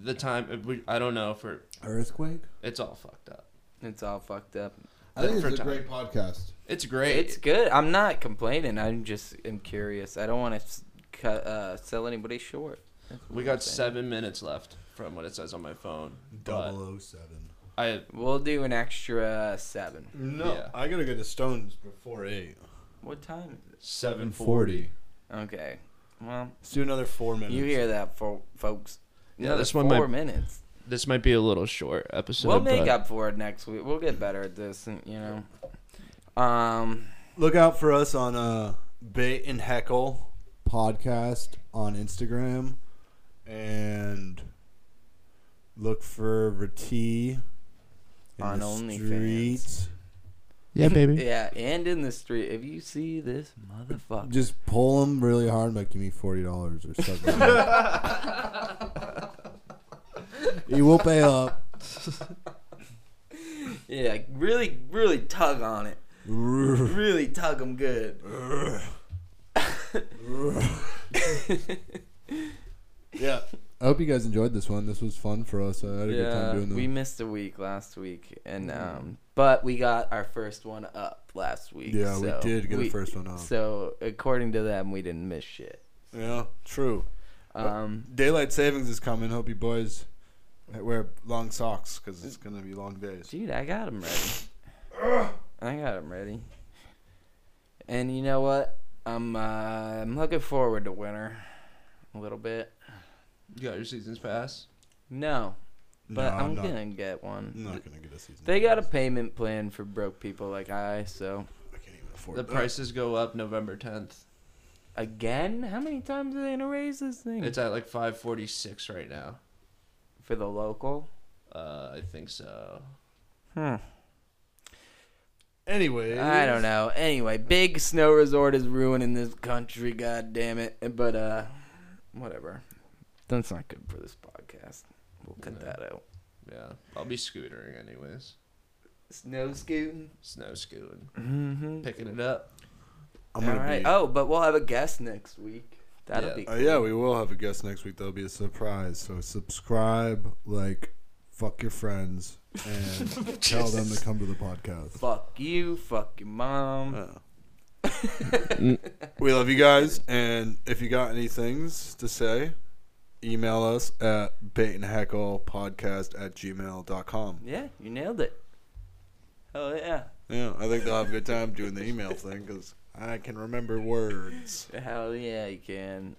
[SPEAKER 4] the time uh, we, I don't know for
[SPEAKER 6] Earthquake.
[SPEAKER 4] it's all fucked up.
[SPEAKER 3] it's all fucked up.
[SPEAKER 6] I think it's a
[SPEAKER 4] Different
[SPEAKER 6] great podcast.
[SPEAKER 4] It's great.
[SPEAKER 3] It's good. I'm not complaining. I'm just am curious. I don't want to cut, uh, sell anybody short. That's what
[SPEAKER 4] we
[SPEAKER 3] I'm
[SPEAKER 4] got
[SPEAKER 3] saying.
[SPEAKER 4] seven minutes left from what it says on my phone. but
[SPEAKER 6] 007.
[SPEAKER 4] I
[SPEAKER 3] We'll do an extra uh, seven.
[SPEAKER 2] No,
[SPEAKER 4] Yeah.
[SPEAKER 2] I gotta go to Stones before eight.
[SPEAKER 3] What time is
[SPEAKER 4] seven
[SPEAKER 3] it? Okay. Well,
[SPEAKER 2] Let's do another four minutes.
[SPEAKER 3] you hear that, fo- folks?
[SPEAKER 4] Yeah,
[SPEAKER 3] Another
[SPEAKER 4] this one
[SPEAKER 3] four
[SPEAKER 4] might-
[SPEAKER 3] minutes.
[SPEAKER 4] This might be a little short episode.
[SPEAKER 3] we'll make
[SPEAKER 4] but
[SPEAKER 3] up for it next week. We'll get better at this, and you know. Um,
[SPEAKER 2] Look out for us on uh, Bait and Heckle
[SPEAKER 6] Podcast on Instagram
[SPEAKER 2] and
[SPEAKER 6] look for Rati in
[SPEAKER 3] On
[SPEAKER 6] the
[SPEAKER 3] OnlyFans.
[SPEAKER 6] streets.
[SPEAKER 4] Yeah, baby.
[SPEAKER 3] yeah, and in the street, if you see this motherfucker,
[SPEAKER 6] Just pull them really hard, and be like give me forty dollars or something. he will pay up.
[SPEAKER 3] yeah, really, really tug on it. Really tug 'em good.
[SPEAKER 2] yeah,
[SPEAKER 6] I hope you guys enjoyed this one. This was fun for us. I had a good time
[SPEAKER 3] Yeah,
[SPEAKER 6] doing Mm-hmm. this.
[SPEAKER 3] we missed a week last week, and um, but we got our first one up last week.
[SPEAKER 6] yeah,
[SPEAKER 3] so
[SPEAKER 6] we did get
[SPEAKER 3] we-
[SPEAKER 6] the first one off.
[SPEAKER 3] So according to them, we didn't miss shit.
[SPEAKER 2] yeah, true.
[SPEAKER 3] Um,
[SPEAKER 2] Daylight savings is coming. Hope you boys wear long socks because it's gonna be long days.
[SPEAKER 3] dude, I got 'em ready. I got 'em ready. And you know what? I'm uh, I'm looking forward to winter a little bit.
[SPEAKER 4] You got your season's pass.
[SPEAKER 3] No, but
[SPEAKER 2] No,
[SPEAKER 3] I'm
[SPEAKER 2] not,
[SPEAKER 3] gonna get one.
[SPEAKER 2] I'm not gonna get a season.
[SPEAKER 3] They got a
[SPEAKER 2] pass.
[SPEAKER 3] payment plan for broke people like I. So
[SPEAKER 2] I can't even afford
[SPEAKER 4] The
[SPEAKER 2] that.
[SPEAKER 4] prices go up November tenth.
[SPEAKER 3] again, how many times are they gonna raise this thing
[SPEAKER 4] It's at like five forty six right now.
[SPEAKER 3] for the local?
[SPEAKER 4] Uh, I think so.
[SPEAKER 3] Hmm.
[SPEAKER 2] Anyway,
[SPEAKER 3] I don't know. Anyway, big snow resort is ruining this country, god damn it. But uh whatever. That's not good for this podcast. We'll cut
[SPEAKER 4] No.
[SPEAKER 3] that out.
[SPEAKER 4] Yeah, I'll be scootering anyways.
[SPEAKER 3] Snow scooting.
[SPEAKER 4] Snow scooting,
[SPEAKER 3] Mm-hmm.
[SPEAKER 4] picking it up.
[SPEAKER 2] I'm gonna
[SPEAKER 3] right.
[SPEAKER 2] be-
[SPEAKER 3] Oh, but we'll have a guest next week. That'll
[SPEAKER 2] Oh,
[SPEAKER 4] Yeah.
[SPEAKER 3] be
[SPEAKER 2] Uh, yeah, we will have a guest next week. That'll be a surprise. So subscribe, like,
[SPEAKER 7] fuck your friends, and tell them to come to the podcast.
[SPEAKER 3] Fuck you. Fuck your mom.
[SPEAKER 2] we love you guys, and if you got any things to say, email us at baitandhecklepodcast at gmail.com.
[SPEAKER 3] yeah, you nailed it. Oh yeah.
[SPEAKER 2] Yeah, I think they'll have a good time doing the email thing because I can remember words.
[SPEAKER 3] Hell yeah, you can.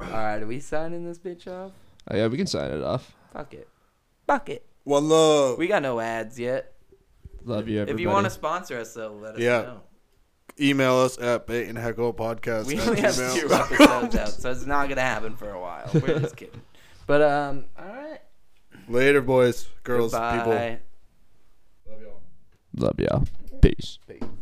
[SPEAKER 3] All right, are we signing this bitch off?
[SPEAKER 4] Oh, yeah, we can sign it off.
[SPEAKER 3] Fuck it. Fuck it.
[SPEAKER 2] One love.
[SPEAKER 3] We got no ads yet.
[SPEAKER 4] Love you, everybody.
[SPEAKER 3] If you want to sponsor us, though, let us
[SPEAKER 2] Yeah.
[SPEAKER 3] know.
[SPEAKER 2] email us at baitandhecklepodcast
[SPEAKER 3] We
[SPEAKER 2] at
[SPEAKER 3] only have two
[SPEAKER 2] gmail.
[SPEAKER 3] episodes out, so it's not gonna happen for a while. We're just kidding. But um, all right.
[SPEAKER 2] Later, boys, girls, people.
[SPEAKER 3] Goodbye.
[SPEAKER 4] Love y'all. Peace.
[SPEAKER 3] Peace.